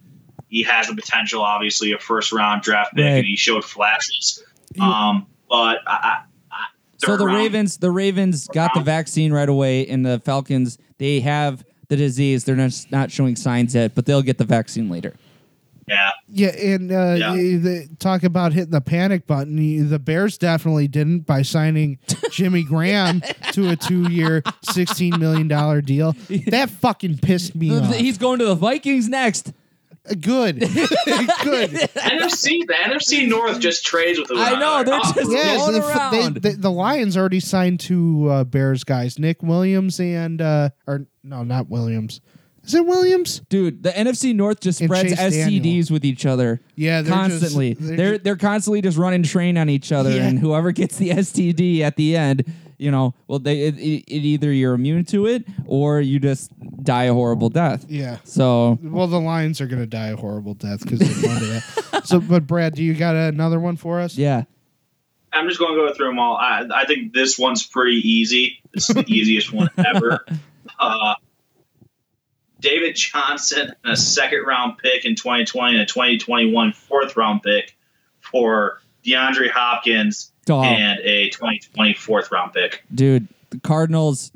[SPEAKER 3] he has the potential, obviously, a first round draft pick,
[SPEAKER 4] Right.
[SPEAKER 3] and he showed flashes. Um, but I, I, I,
[SPEAKER 4] So the
[SPEAKER 3] third round-
[SPEAKER 4] Ravens, the Ravens got the
[SPEAKER 3] round.
[SPEAKER 4] vaccine right away, and the Falcons they have the disease. They're not not showing signs yet, but they'll get the vaccine later.
[SPEAKER 3] yeah,
[SPEAKER 2] Yeah, and uh,
[SPEAKER 3] Yeah.
[SPEAKER 2] you- the, talk about hitting the panic button. you- The Bears definitely didn't by signing Jimmy Graham to a two-year, sixteen million dollar deal. That fucking pissed me off. Uh,
[SPEAKER 4] He's going to the Vikings next.
[SPEAKER 2] Good. Good.
[SPEAKER 3] NFC, the NFC North just trades with the.
[SPEAKER 4] I know, they're
[SPEAKER 3] Oh,
[SPEAKER 4] just-
[SPEAKER 2] Yes,
[SPEAKER 4] Going
[SPEAKER 2] if they-
[SPEAKER 4] around.
[SPEAKER 2] they- the Lions already signed two uh, Bears guys, Nick Williams and uh, or no, not Williams. Is it Williams?
[SPEAKER 4] Dude, the NFC North just
[SPEAKER 2] And
[SPEAKER 4] spreads
[SPEAKER 2] Chase
[SPEAKER 4] SCDs
[SPEAKER 2] Daniel.
[SPEAKER 4] with each other.
[SPEAKER 2] Yeah, they're just-
[SPEAKER 4] constantly.
[SPEAKER 2] they're
[SPEAKER 4] they're they're,
[SPEAKER 2] just-
[SPEAKER 4] constantly just running train on each other,
[SPEAKER 2] Yeah.
[SPEAKER 4] and whoever gets the STD at the end, you know, well, they it, it, it either you're immune to it or you just die a horrible death.
[SPEAKER 2] Yeah.
[SPEAKER 4] So
[SPEAKER 2] Well, the Lions are going to die a horrible death because they're going to that. So, but Brad, do you got another one for us?
[SPEAKER 4] yeah,
[SPEAKER 3] I'm just going to go through them all. I, I think this one's pretty easy. This is the easiest one ever. Uh, David Johnson, and a second round pick in 2020 and a 2021 fourth round pick for DeAndre Hopkins
[SPEAKER 4] Oh.
[SPEAKER 3] and a 2020 fourth round pick.
[SPEAKER 4] dude, the Cardinals,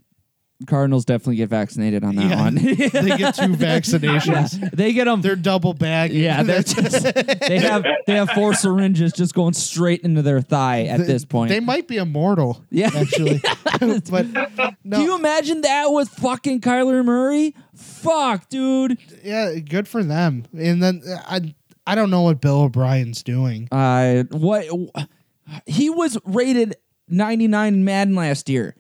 [SPEAKER 4] Cardinals definitely get vaccinated on that
[SPEAKER 2] Yeah.
[SPEAKER 4] one.
[SPEAKER 2] They get two vaccinations.
[SPEAKER 4] they get them.
[SPEAKER 2] They're double bagged.
[SPEAKER 4] yeah, they're just, they have they have four syringes just going straight into their thigh at this point.
[SPEAKER 2] They might be immortal.
[SPEAKER 4] Yeah.
[SPEAKER 2] actually. but no,
[SPEAKER 4] Do you imagine that with fucking Kyler Murray? Fuck, dude.
[SPEAKER 2] yeah, good for them. And then uh, I, I don't know what Bill O'Brien's doing.
[SPEAKER 4] Uh, what? He was rated 99 in Madden last year,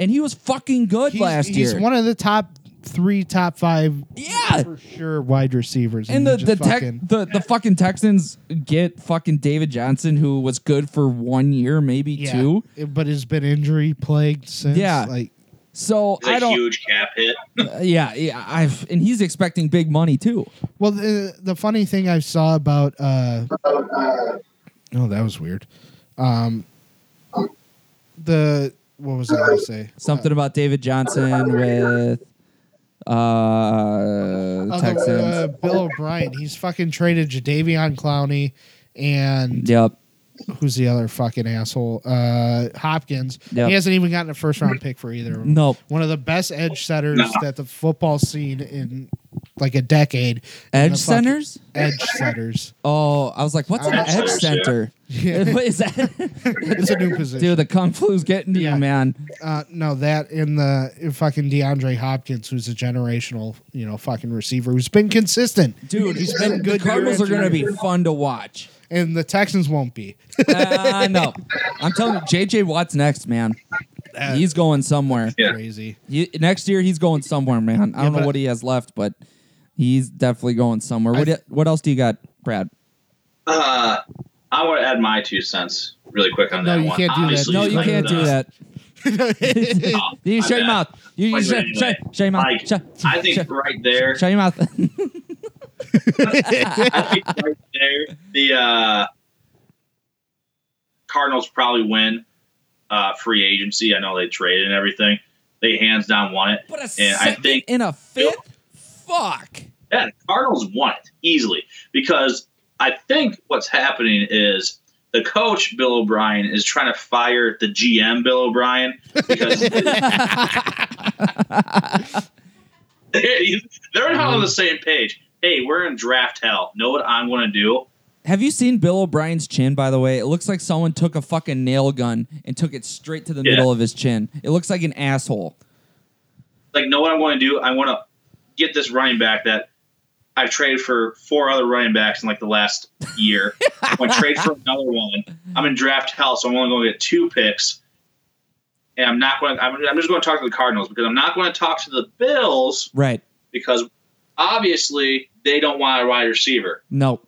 [SPEAKER 4] and he was fucking good
[SPEAKER 2] He's,
[SPEAKER 4] last
[SPEAKER 2] he's
[SPEAKER 4] year.
[SPEAKER 2] one of the top three, top five,
[SPEAKER 4] yeah.
[SPEAKER 2] for sure, wide receivers.
[SPEAKER 4] And the
[SPEAKER 2] he
[SPEAKER 4] the,
[SPEAKER 2] just
[SPEAKER 4] tech,
[SPEAKER 2] fucking-
[SPEAKER 4] the the fucking Texans get fucking David Johnson, who was good for one year, maybe
[SPEAKER 2] yeah,
[SPEAKER 4] two.
[SPEAKER 2] it- but has been injury plagued since.
[SPEAKER 4] Yeah.
[SPEAKER 2] like
[SPEAKER 4] So
[SPEAKER 3] It's a
[SPEAKER 4] I don't.
[SPEAKER 3] huge cap hit.
[SPEAKER 4] yeah, yeah. I've and he's expecting big money too.
[SPEAKER 2] Well, the, the funny thing I saw about uh, oh, that was weird. Um, the what was I going to say?
[SPEAKER 4] Something about David Johnson with uh
[SPEAKER 2] Oh, the-
[SPEAKER 4] Texans.
[SPEAKER 2] uh, Bill O'Brien. He's fucking traded Jadavion Clowney and
[SPEAKER 4] yep.
[SPEAKER 2] who's the other fucking asshole? Uh, Hopkins.
[SPEAKER 4] Yep.
[SPEAKER 2] He hasn't even gotten a first round pick for either. of 'em.
[SPEAKER 4] Nope.
[SPEAKER 2] One of the best edge setters
[SPEAKER 3] No.
[SPEAKER 2] that the football seen in like a decade. And
[SPEAKER 4] Edge
[SPEAKER 2] the fucking
[SPEAKER 4] centers?
[SPEAKER 2] Edge setters.
[SPEAKER 4] Oh, I was like, what's an
[SPEAKER 2] Edge
[SPEAKER 4] edge
[SPEAKER 3] centers,
[SPEAKER 2] Yeah.
[SPEAKER 4] center?
[SPEAKER 3] yeah.
[SPEAKER 4] What is that?
[SPEAKER 2] it's a new position.
[SPEAKER 4] Dude, the kung flu's getting to
[SPEAKER 2] Yeah.
[SPEAKER 4] you, man.
[SPEAKER 2] Uh, no, that and the fucking DeAndre Hopkins, who's a generational, you know, fucking receiver who's been consistent.
[SPEAKER 4] Dude,
[SPEAKER 2] he's been good.
[SPEAKER 4] The Cardinals
[SPEAKER 2] year
[SPEAKER 4] are
[SPEAKER 2] after
[SPEAKER 4] going to be
[SPEAKER 2] year.
[SPEAKER 4] fun to watch.
[SPEAKER 2] and the Texans won't be.
[SPEAKER 4] I know. I'm telling you, JJ Watt's next, man. He's going somewhere.
[SPEAKER 3] Yeah.
[SPEAKER 2] Crazy.
[SPEAKER 4] He, next year, he's going somewhere, man. I don't
[SPEAKER 2] but-
[SPEAKER 4] know what he has left, but he's definitely going somewhere. What,
[SPEAKER 2] I-
[SPEAKER 4] do- what else do you got, Brad?
[SPEAKER 3] Uh, I want to add my two cents really quick on
[SPEAKER 2] No,
[SPEAKER 3] that
[SPEAKER 2] you
[SPEAKER 3] one.
[SPEAKER 2] can't do that.
[SPEAKER 3] Obviously,
[SPEAKER 4] No,
[SPEAKER 2] he's
[SPEAKER 4] you
[SPEAKER 3] like
[SPEAKER 4] can't
[SPEAKER 3] the-
[SPEAKER 4] do that. you
[SPEAKER 3] my
[SPEAKER 4] shut your
[SPEAKER 3] bad.
[SPEAKER 4] mouth. You, you
[SPEAKER 3] Wait,
[SPEAKER 4] shut,
[SPEAKER 3] wait,
[SPEAKER 4] shut,
[SPEAKER 3] wait.
[SPEAKER 4] shut your mouth.
[SPEAKER 3] Like,
[SPEAKER 4] shut,
[SPEAKER 3] I think
[SPEAKER 4] shut,
[SPEAKER 3] right there.
[SPEAKER 4] shut your mouth.
[SPEAKER 3] I think right there, the uh, Cardinals probably win uh, free agency. I know they traded and everything. They hands down won it.
[SPEAKER 4] But a
[SPEAKER 3] And I
[SPEAKER 4] second
[SPEAKER 3] think-
[SPEAKER 4] in a fifth? Fuck.
[SPEAKER 3] Yeah, the Cardinals won it easily because I think what's happening is the coach Bill O'Brien is trying to fire the GM Bill O'Brien because they're not on the same page. Hey, we're in draft hell. Know what I'm going to do?
[SPEAKER 4] Have you seen Bill O'Brien's chin, by the way? It looks like someone took a fucking nail gun and took it straight to the
[SPEAKER 3] Yeah.
[SPEAKER 4] middle of his chin. It looks like an asshole.
[SPEAKER 3] like know what I want to do. I want to get this running back that I've traded for four other running backs in like the last year. I'm gonna trade for another one. I'm in draft hell, so I'm only going to get two picks. And I'm not going. to I'm, I'm just going to talk to the Cardinals because I'm not going to talk to the Bills
[SPEAKER 4] Right.
[SPEAKER 3] because obviously they don't want a wide receiver.
[SPEAKER 4] No.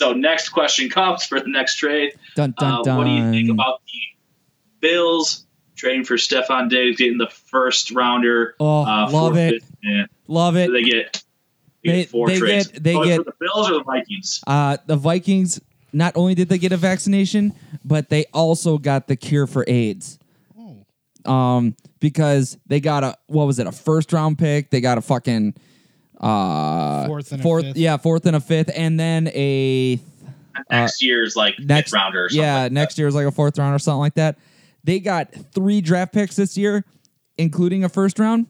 [SPEAKER 3] So next question comes for the next trade.
[SPEAKER 4] Dun dun
[SPEAKER 3] Uh,
[SPEAKER 4] dun.
[SPEAKER 3] What do you think about the Bills trading for Stefan Diggs getting the first rounder?
[SPEAKER 4] Oh,
[SPEAKER 3] uh,
[SPEAKER 4] love
[SPEAKER 3] for
[SPEAKER 4] it.
[SPEAKER 3] fifth man?
[SPEAKER 4] Love
[SPEAKER 3] So they
[SPEAKER 4] it.
[SPEAKER 3] get they,
[SPEAKER 4] They-
[SPEAKER 3] get four
[SPEAKER 4] they
[SPEAKER 3] trades.
[SPEAKER 4] get- they
[SPEAKER 3] Oh,
[SPEAKER 4] get-
[SPEAKER 3] for the Bills or the Vikings.
[SPEAKER 4] Uh, the Vikings not only did they get a vaccination, but they also got the cure for AIDS.
[SPEAKER 2] Oh.
[SPEAKER 4] Um, because they got a what was it? A first round pick. They got a fucking uh
[SPEAKER 2] Fourth and a fifth.
[SPEAKER 4] yeah, fourth and a fifth, and then a
[SPEAKER 3] Next year's like
[SPEAKER 4] Uh, next
[SPEAKER 3] next rounder. Or something
[SPEAKER 4] yeah,
[SPEAKER 3] like
[SPEAKER 4] next year is like a fourth round or something like that. They got three draft picks this year, including a first round.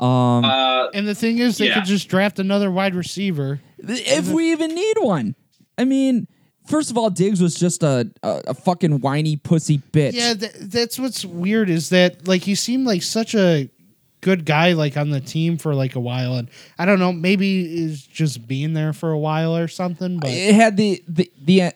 [SPEAKER 4] Um,
[SPEAKER 3] that. Uh,
[SPEAKER 2] And the thing is, they
[SPEAKER 3] Yeah.
[SPEAKER 2] could just draft another wide receiver.
[SPEAKER 4] if we even need one, I mean, first of all, Diggs was just a a, a fucking whiny pussy bitch.
[SPEAKER 2] Yeah, tha- that's what's weird is that like he seemed like such a good guy like on the team for like a while, and I don't know, maybe is just being there for a while or something. But
[SPEAKER 4] it had the the the. Uh,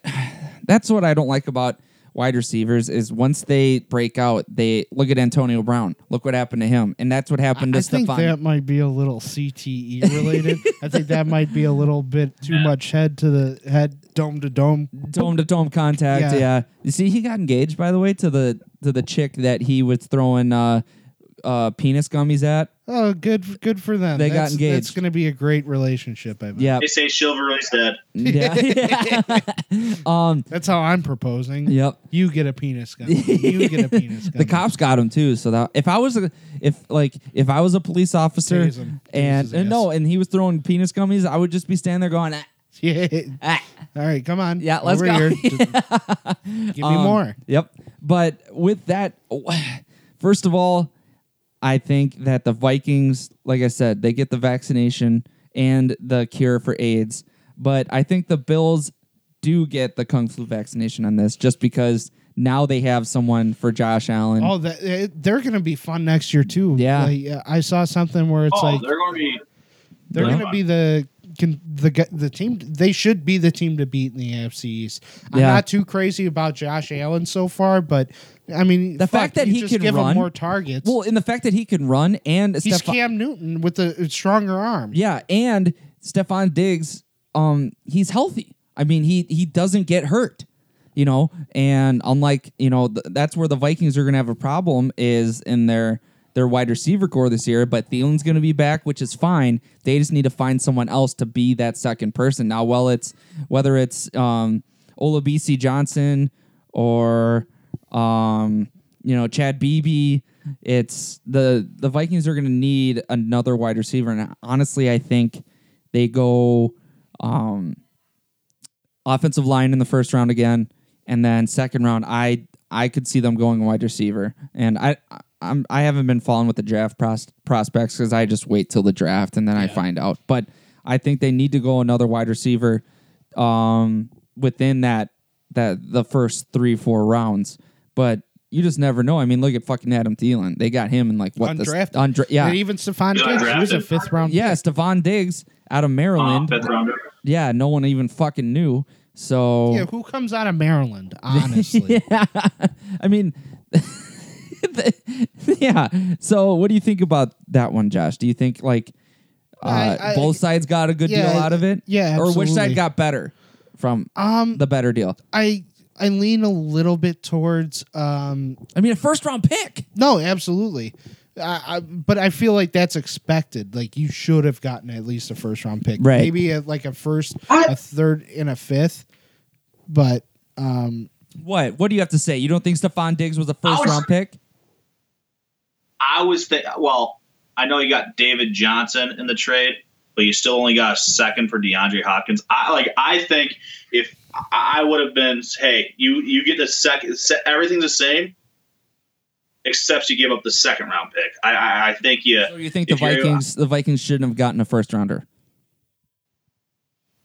[SPEAKER 4] that's what I don't like about wide receivers is once they break out, they look at Antonio Brown. Look what happened to him, and that's what happened to
[SPEAKER 2] I think
[SPEAKER 4] Stephon.
[SPEAKER 2] that might be a little CTE related. I think that might be a little bit too much head to the head, dome to dome.
[SPEAKER 4] dome to dome contact.
[SPEAKER 2] Yeah.
[SPEAKER 4] Yeah. You see, he got engaged by the way to the to the chick that he was throwing uh, uh, penis gummies at.
[SPEAKER 2] Oh, good, good for them.
[SPEAKER 4] They got
[SPEAKER 2] That's- That's
[SPEAKER 4] engaged.
[SPEAKER 2] going to be a great relationship. I bet.
[SPEAKER 4] Yeah.
[SPEAKER 3] They say chivalry's dead.
[SPEAKER 4] yeah. um.
[SPEAKER 2] that's how I'm proposing.
[SPEAKER 4] Yep.
[SPEAKER 2] You get a penis gun. You get a penis gun.
[SPEAKER 4] The cops got him too. So that if I was a if like if I was a police officer
[SPEAKER 2] Tase him. Tase
[SPEAKER 4] and
[SPEAKER 2] his
[SPEAKER 4] and no
[SPEAKER 2] ass.
[SPEAKER 4] and he was throwing penis gummies, I would just be standing there going, ah,
[SPEAKER 2] Yeah.
[SPEAKER 4] ah.
[SPEAKER 2] All right, come on.
[SPEAKER 4] Yeah, let's
[SPEAKER 2] Over
[SPEAKER 4] go.
[SPEAKER 2] here. Give me more.
[SPEAKER 4] Um, Yep. But with that, first of all, I think that the Vikings, like I said, they get the vaccination and the cure for AIDS. But I think the Bills do get the Kung Flu vaccination on this just because now they have someone for Josh Allen.
[SPEAKER 2] Oh, that it, they're going to be fun next year too.
[SPEAKER 4] Yeah.
[SPEAKER 2] Like, uh, I saw something where it's
[SPEAKER 3] oh,
[SPEAKER 2] like
[SPEAKER 3] they're going to be.
[SPEAKER 2] They're
[SPEAKER 4] Yeah.
[SPEAKER 2] going to be the can, the gu- the team. They should be the team to beat in the AFC East. I'm
[SPEAKER 4] Yeah.
[SPEAKER 2] not too crazy about Josh Allen so far, but I mean,
[SPEAKER 4] The fact that
[SPEAKER 2] you
[SPEAKER 4] he
[SPEAKER 2] just
[SPEAKER 4] can
[SPEAKER 2] give him
[SPEAKER 4] run-
[SPEAKER 2] more targets.
[SPEAKER 4] Well, in the fact that he can run and
[SPEAKER 2] he's
[SPEAKER 4] Stephon-
[SPEAKER 2] Cam Newton with a stronger arm.
[SPEAKER 4] yeah, and Stefan Diggs, um, he's healthy. I mean, he he doesn't get hurt, you know. And unlike you know, th- that's where the Vikings are going to have a problem is in their their wide receiver core this year. But Thielen's going to be back, which is fine. They just need to find someone else to be that second person. Now, well, it's whether it's um, Olabisi Johnson or um, you know Chad Beebe. It's the the Vikings are going to need another wide receiver, and honestly, I think they go um, offensive line in the first round again, and then second round. I I could see them going wide receiver, and I. I I'm, I haven't been following with the draft pros- prospects because I just wait till the draft and then I find out. But I think they need to go another wide receiver um, within that that the first three four rounds. But you just never know. I mean, look at fucking Adam Thielen. They got him in like what
[SPEAKER 2] Undrafted.
[SPEAKER 4] The, undra- yeah,
[SPEAKER 2] And even Stephon
[SPEAKER 3] He's
[SPEAKER 2] Diggs, he was a
[SPEAKER 3] undrafted.
[SPEAKER 2] fifth round.
[SPEAKER 4] yeah, Stephon Diggs out of
[SPEAKER 3] Uh,
[SPEAKER 4] Maryland.
[SPEAKER 3] fifth rounder.
[SPEAKER 4] yeah, no one even fucking knew. So
[SPEAKER 2] Yeah, who comes out of Maryland? Honestly,
[SPEAKER 4] I mean, yeah. So what do you think about that one, Josh? Do you think like uh,
[SPEAKER 2] I- I-
[SPEAKER 4] both sides got a good
[SPEAKER 2] Yeah,
[SPEAKER 4] deal out of it?
[SPEAKER 2] yeah,
[SPEAKER 4] or which
[SPEAKER 2] absolutely.
[SPEAKER 4] side got better from
[SPEAKER 2] um,
[SPEAKER 4] the better deal?
[SPEAKER 2] I I lean a little bit towards um,
[SPEAKER 4] I mean, a first round pick.
[SPEAKER 2] No, absolutely. I, I, but I feel like that's expected. Like you should have gotten at least a first round pick,
[SPEAKER 4] Right.
[SPEAKER 2] Maybe a, like a first, a third, and a fifth. But um,
[SPEAKER 4] What? What do you have to say? You don't think Stephon Diggs was a first
[SPEAKER 3] was-
[SPEAKER 4] round pick?
[SPEAKER 3] I was think. Well, I know you got David Johnson in the trade, but you still only got a second for DeAndre Hopkins. I like. I think if I I would have been, hey, you you get the second. se- Everything's the same, except you give up the second round pick. I I, I think you.
[SPEAKER 4] So you think the
[SPEAKER 3] If you're-
[SPEAKER 4] Vikings the Vikings shouldn't have gotten a first rounder?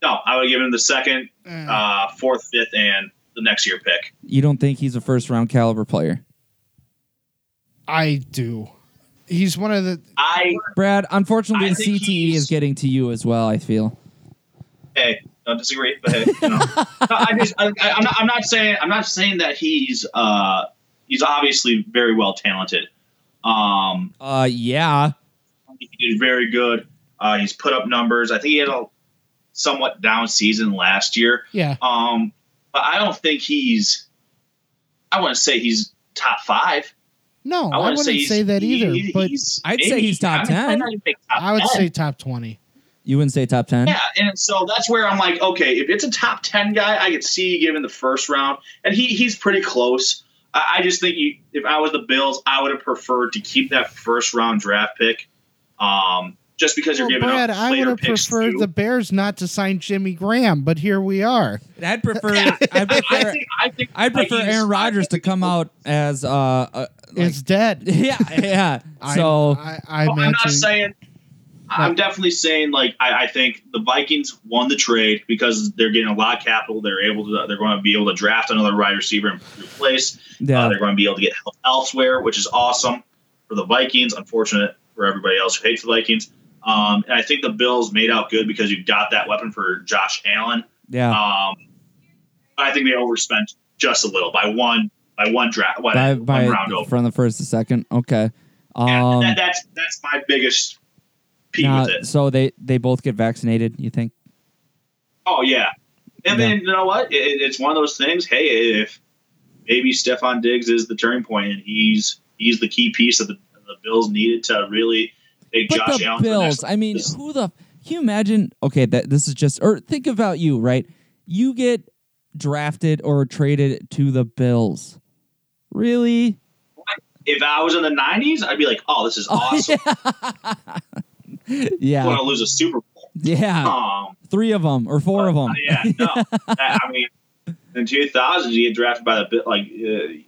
[SPEAKER 3] No, I would have given him the second,
[SPEAKER 2] eh,
[SPEAKER 3] uh, fourth, fifth, and the next year pick.
[SPEAKER 4] You don't think he's a first round caliber player?
[SPEAKER 2] I do. He's one of the.
[SPEAKER 3] I
[SPEAKER 4] Brad, unfortunately,
[SPEAKER 3] I
[SPEAKER 4] the
[SPEAKER 3] think
[SPEAKER 4] CTE
[SPEAKER 3] he's-
[SPEAKER 4] is getting to you as well. I feel.
[SPEAKER 3] hey, don't disagree. But hey, you know. no, I just, I, I, I'm not. I'm not saying. I'm not saying that he's. Uh, he's obviously very well talented. Um,
[SPEAKER 4] Uh, yeah.
[SPEAKER 3] he did very good. Uh, he's put up numbers. I think he had a somewhat down season last year.
[SPEAKER 2] Yeah,
[SPEAKER 3] Um, but I don't think he's. I wouldn't say he's top five.
[SPEAKER 2] no, Oh, I,
[SPEAKER 3] I, wouldn't
[SPEAKER 2] wouldn't say,
[SPEAKER 3] he's-
[SPEAKER 2] that
[SPEAKER 3] he-
[SPEAKER 2] either.
[SPEAKER 3] he-
[SPEAKER 2] but
[SPEAKER 3] he's
[SPEAKER 4] I'd say he's top
[SPEAKER 3] I mean, I
[SPEAKER 4] 10.
[SPEAKER 3] don't even think top
[SPEAKER 2] I would
[SPEAKER 3] 10.
[SPEAKER 2] say top twenty.
[SPEAKER 4] You wouldn't say top ten.
[SPEAKER 3] Yeah, and so that's where I'm like, okay, if it's a top ten guy, I could see given the first round, and he he's pretty close. I, I just think you, if I was the Bills, I would have preferred to keep that first round draft pick, um, just because
[SPEAKER 2] Well,
[SPEAKER 3] you're giving
[SPEAKER 2] Brad,
[SPEAKER 3] up
[SPEAKER 2] I would
[SPEAKER 3] later
[SPEAKER 2] have
[SPEAKER 3] picks.
[SPEAKER 2] preferred
[SPEAKER 3] too.
[SPEAKER 2] the Bears not to sign Jimmy Graham, but here we are.
[SPEAKER 4] I'd prefer. I'd
[SPEAKER 3] I
[SPEAKER 4] prefer.
[SPEAKER 3] think I think
[SPEAKER 4] I'd prefer
[SPEAKER 3] Vikings-
[SPEAKER 4] Aaron Rodgers to come out as uh, uh like-
[SPEAKER 2] it's dead.
[SPEAKER 4] yeah yeah.
[SPEAKER 2] I-
[SPEAKER 4] So
[SPEAKER 2] I, I,
[SPEAKER 3] Well, I'm not
[SPEAKER 2] imagine-
[SPEAKER 3] saying. I'm definitely saying like I, I think the Vikings won the trade because they're getting a lot of capital. They're able to they're going to be able to draft another wide receiver and replace. Uh,
[SPEAKER 4] yeah
[SPEAKER 3] they're going to be able to get help elsewhere, which is awesome for the Vikings. Unfortunate for everybody else who hates the Vikings. Um, and I think the Bills made out good because you got that weapon for Josh Allen.
[SPEAKER 4] Yeah.
[SPEAKER 3] Um, I think they overspent just a little by one by one draft by,
[SPEAKER 4] by,
[SPEAKER 3] one
[SPEAKER 4] by
[SPEAKER 3] round over.
[SPEAKER 4] from the first to second. Okay.
[SPEAKER 3] And
[SPEAKER 4] Um,
[SPEAKER 3] that, that's that's my biggest peeve
[SPEAKER 4] now-
[SPEAKER 3] with it.
[SPEAKER 4] so they they both get vaccinated. You think?
[SPEAKER 3] Oh yeah, and
[SPEAKER 4] Yeah.
[SPEAKER 3] then you know what? It, it- it's one of those things. Hey, if maybe Stefan Diggs is the turning point, and he's he's the key piece that the, the Bills needed to really take
[SPEAKER 4] But
[SPEAKER 3] Josh
[SPEAKER 4] the
[SPEAKER 3] Allen. to the
[SPEAKER 4] Bills.
[SPEAKER 3] next-
[SPEAKER 4] I mean,
[SPEAKER 3] this-
[SPEAKER 4] who the? Can you imagine? Okay, that this is just. Or think about you, right? You get drafted or traded to the Bills. Really?
[SPEAKER 3] if I was in the '90s, I'd be like, "Oh, this is awesome. I'm
[SPEAKER 4] Yeah.
[SPEAKER 3] going to lose a Super Bowl."
[SPEAKER 4] Yeah.
[SPEAKER 3] Um,
[SPEAKER 4] Three of them or four of
[SPEAKER 3] but,
[SPEAKER 4] them.
[SPEAKER 3] uh, Yeah, no. I I mean, in 2000s, you get drafted by the Bi- like. Uh,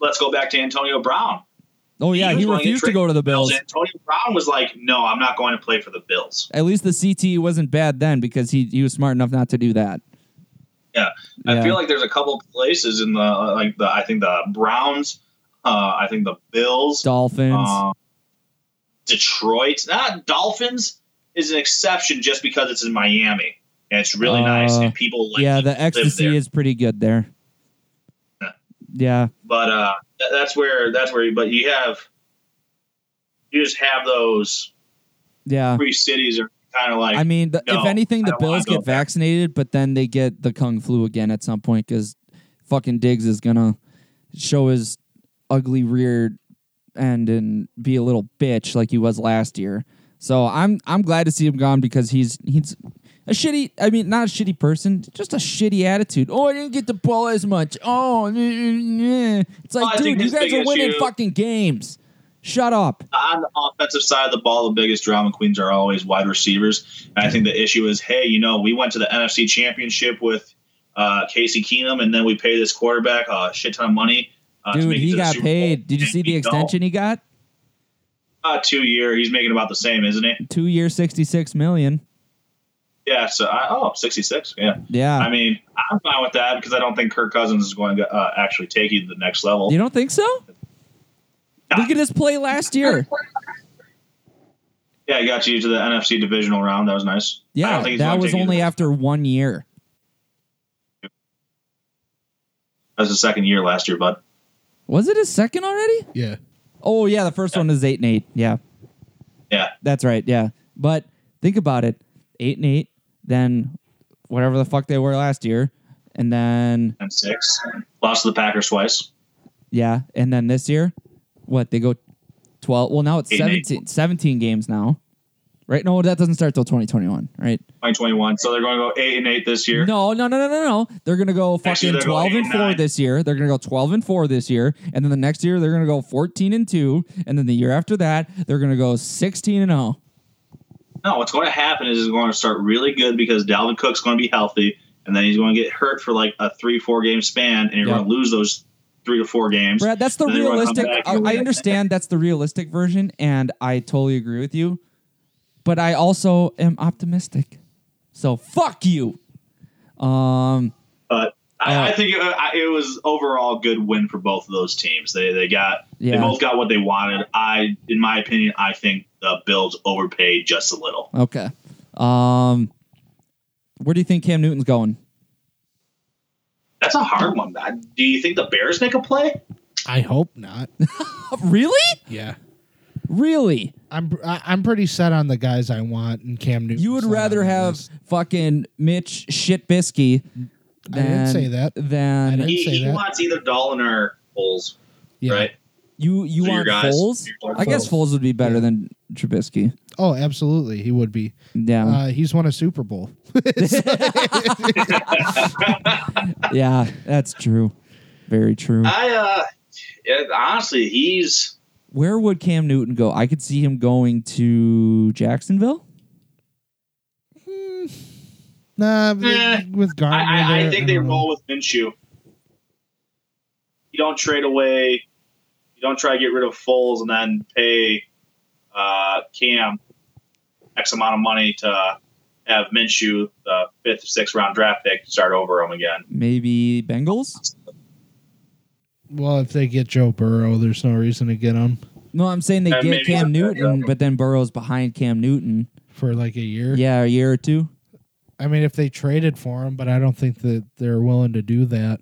[SPEAKER 3] let's go back to Antonio Brown.
[SPEAKER 4] Oh yeah,
[SPEAKER 3] was
[SPEAKER 4] he
[SPEAKER 3] willing to
[SPEAKER 4] refused to
[SPEAKER 3] trade
[SPEAKER 4] go to the Bills.
[SPEAKER 3] Antonio Brown was like, "No, I'm not going to play for the Bills."
[SPEAKER 4] At least the CTE wasn't bad then because he he was smart enough not to do that.
[SPEAKER 3] Yeah. I feel like there's a couple places in the like the I think the Browns, uh, I think the Bills,
[SPEAKER 4] Dolphins.
[SPEAKER 3] um, Detroit. Not Dolphins is an exception just because it's in Miami and it's really
[SPEAKER 4] Uh,
[SPEAKER 3] nice and people like
[SPEAKER 4] yeah, the
[SPEAKER 3] live
[SPEAKER 4] ecstasy
[SPEAKER 3] there.
[SPEAKER 4] is pretty good there.
[SPEAKER 3] Yeah.
[SPEAKER 4] Yeah,
[SPEAKER 3] But uh, th- that's where that's where. you- But you have you just have those
[SPEAKER 4] yeah.
[SPEAKER 3] three cities are kind of like
[SPEAKER 4] I mean, the,
[SPEAKER 3] no,
[SPEAKER 4] if anything, the
[SPEAKER 3] I don't wanna
[SPEAKER 4] Bills
[SPEAKER 3] go
[SPEAKER 4] get
[SPEAKER 3] there.
[SPEAKER 4] vaccinated, but then they get the kung flu again at some point because fucking Diggs is gonna show his ugly rear end and be a little bitch like he was last year. So I'm I'm glad to see him gone because he's he's a shitty. I mean, not a shitty person, just a shitty attitude. Oh, I didn't get the ball as much. Oh, yeah. it's
[SPEAKER 3] Well, I
[SPEAKER 4] like,
[SPEAKER 3] think
[SPEAKER 4] dude, you
[SPEAKER 3] his
[SPEAKER 4] guys
[SPEAKER 3] big
[SPEAKER 4] are winning
[SPEAKER 3] issue-
[SPEAKER 4] fucking games. Shut up.
[SPEAKER 3] on the offensive side of the ball, the biggest drama queens are always wide receivers. And I think the issue is, hey, you know, we went to the NFC Championship with uh, Casey Keenum, and then we pay this quarterback a shit ton of money. Uh, to
[SPEAKER 4] Dude,
[SPEAKER 3] make it
[SPEAKER 4] he
[SPEAKER 3] to the
[SPEAKER 4] got
[SPEAKER 3] Super Bowl.
[SPEAKER 4] paid. Did you
[SPEAKER 3] And
[SPEAKER 4] see the
[SPEAKER 3] we don't.
[SPEAKER 4] extension he got?
[SPEAKER 3] Uh, two year. He's making about the same, isn't he?
[SPEAKER 4] Two years, sixty-six million.
[SPEAKER 3] Yeah. So, I, oh, 66. Yeah.
[SPEAKER 4] Yeah.
[SPEAKER 3] I mean, I'm fine with that because I don't think Kirk Cousins is going to uh, actually take you to the next level.
[SPEAKER 4] you don't think so? Look at his play last year.
[SPEAKER 3] yeah, I got you to the NFC divisional round. That was nice. I
[SPEAKER 4] Yeah,
[SPEAKER 3] don't think he's
[SPEAKER 4] that
[SPEAKER 3] gonna
[SPEAKER 4] was
[SPEAKER 3] take you to
[SPEAKER 4] only
[SPEAKER 3] the-
[SPEAKER 4] after one year.
[SPEAKER 3] that was the second year last year, bud.
[SPEAKER 4] Was it his second already?
[SPEAKER 2] Yeah.
[SPEAKER 4] Oh yeah, the first one is eight and eight. Yeah,
[SPEAKER 3] Yeah.
[SPEAKER 4] that's right. Yeah, but think about it: eight and eight, then whatever the fuck they were last year, and then
[SPEAKER 3] And six. Lost to the Packers twice.
[SPEAKER 4] yeah, and then this year, what they go twelve? Well, now it's
[SPEAKER 3] Eight and eight.
[SPEAKER 4] 17, 17 games now, right? No, that doesn't start till twenty twenty one, right?
[SPEAKER 3] 2021. So they're going to go eight and eight this year.
[SPEAKER 4] No, no, no, no, no, no. They're gonna go
[SPEAKER 3] Next
[SPEAKER 4] fucking
[SPEAKER 3] year they're going
[SPEAKER 4] twelve and
[SPEAKER 3] eight and
[SPEAKER 4] four
[SPEAKER 3] nine.
[SPEAKER 4] this year. They're gonna go twelve and four this year, and then the next year they're gonna go fourteen and two, and then the year after that they're gonna go sixteen and oh. zero.
[SPEAKER 3] No, what's going to happen is it's going to start really good because Dalvin Cook's going to be healthy, and then he's going to get hurt for like a three, four game span, and you're
[SPEAKER 4] Yeah.
[SPEAKER 3] going to lose those three to four games.
[SPEAKER 4] Brad, that's the
[SPEAKER 3] Then everyone
[SPEAKER 4] realistic.
[SPEAKER 3] come back
[SPEAKER 4] I,
[SPEAKER 3] and
[SPEAKER 4] I
[SPEAKER 3] win.
[SPEAKER 4] understand that's the realistic version, and I totally agree with you. But I also am optimistic, so fuck you. Um,
[SPEAKER 3] But I,
[SPEAKER 4] Uh,
[SPEAKER 3] I think it, I- it was overall a good win for both of those teams. They they got
[SPEAKER 4] Yeah.
[SPEAKER 3] they both got what they wanted. I, in my opinion, I think the Bills overpaid just a little.
[SPEAKER 4] okay. Um, where do you think Cam Newton's going?
[SPEAKER 3] That's a hard one. I- Do you think the Bears make a play?
[SPEAKER 2] I hope not.
[SPEAKER 4] really?
[SPEAKER 2] Yeah.
[SPEAKER 4] Really?
[SPEAKER 2] I'm I- I'm pretty set on the guys I want and Cam Newton.
[SPEAKER 4] You would rather have fucking Mitch Shitbisky.
[SPEAKER 2] I didn't
[SPEAKER 4] than-
[SPEAKER 2] say that. I
[SPEAKER 4] Than
[SPEAKER 2] didn't-
[SPEAKER 3] He,
[SPEAKER 2] say
[SPEAKER 3] he
[SPEAKER 2] that.
[SPEAKER 3] wants either Dolan or Bulls,
[SPEAKER 2] yeah.
[SPEAKER 3] right?
[SPEAKER 4] you you
[SPEAKER 3] So your
[SPEAKER 4] want
[SPEAKER 3] guys-
[SPEAKER 4] Foles?
[SPEAKER 3] your
[SPEAKER 4] I guess
[SPEAKER 2] Foles.
[SPEAKER 4] Foles would be better
[SPEAKER 2] Yeah.
[SPEAKER 4] than Trubisky.
[SPEAKER 2] Oh, absolutely, he would be.
[SPEAKER 4] Yeah,
[SPEAKER 2] Uh, he's won a Super Bowl.
[SPEAKER 4] yeah, that's true. Very true.
[SPEAKER 3] I uh, yeah, honestly, he's
[SPEAKER 4] Where would Cam Newton go? I could see him going to Jacksonville.
[SPEAKER 2] nah,
[SPEAKER 3] Eh,
[SPEAKER 2] with Garner,
[SPEAKER 3] I, I, I
[SPEAKER 2] there,
[SPEAKER 3] think they
[SPEAKER 2] don't know.
[SPEAKER 3] roll with Minshew. You don't trade away. You don't try to get rid of Foles and then pay uh, Cam X amount of money to have Minshew, the fifth, sixth round draft pick, start over him again.
[SPEAKER 4] Maybe Bengals.
[SPEAKER 2] Well, if they get Joe Burrow, there's no reason to get him.
[SPEAKER 4] No, I'm saying they
[SPEAKER 3] Uh,
[SPEAKER 4] get
[SPEAKER 3] maybe
[SPEAKER 4] Cam
[SPEAKER 3] not that
[SPEAKER 4] Newton,
[SPEAKER 3] guy.
[SPEAKER 4] but then Burrow's behind Cam Newton.
[SPEAKER 2] for like a year.
[SPEAKER 4] Yeah, a year or two.
[SPEAKER 2] I mean, if they traded for him, but I don't think that they're willing to do that.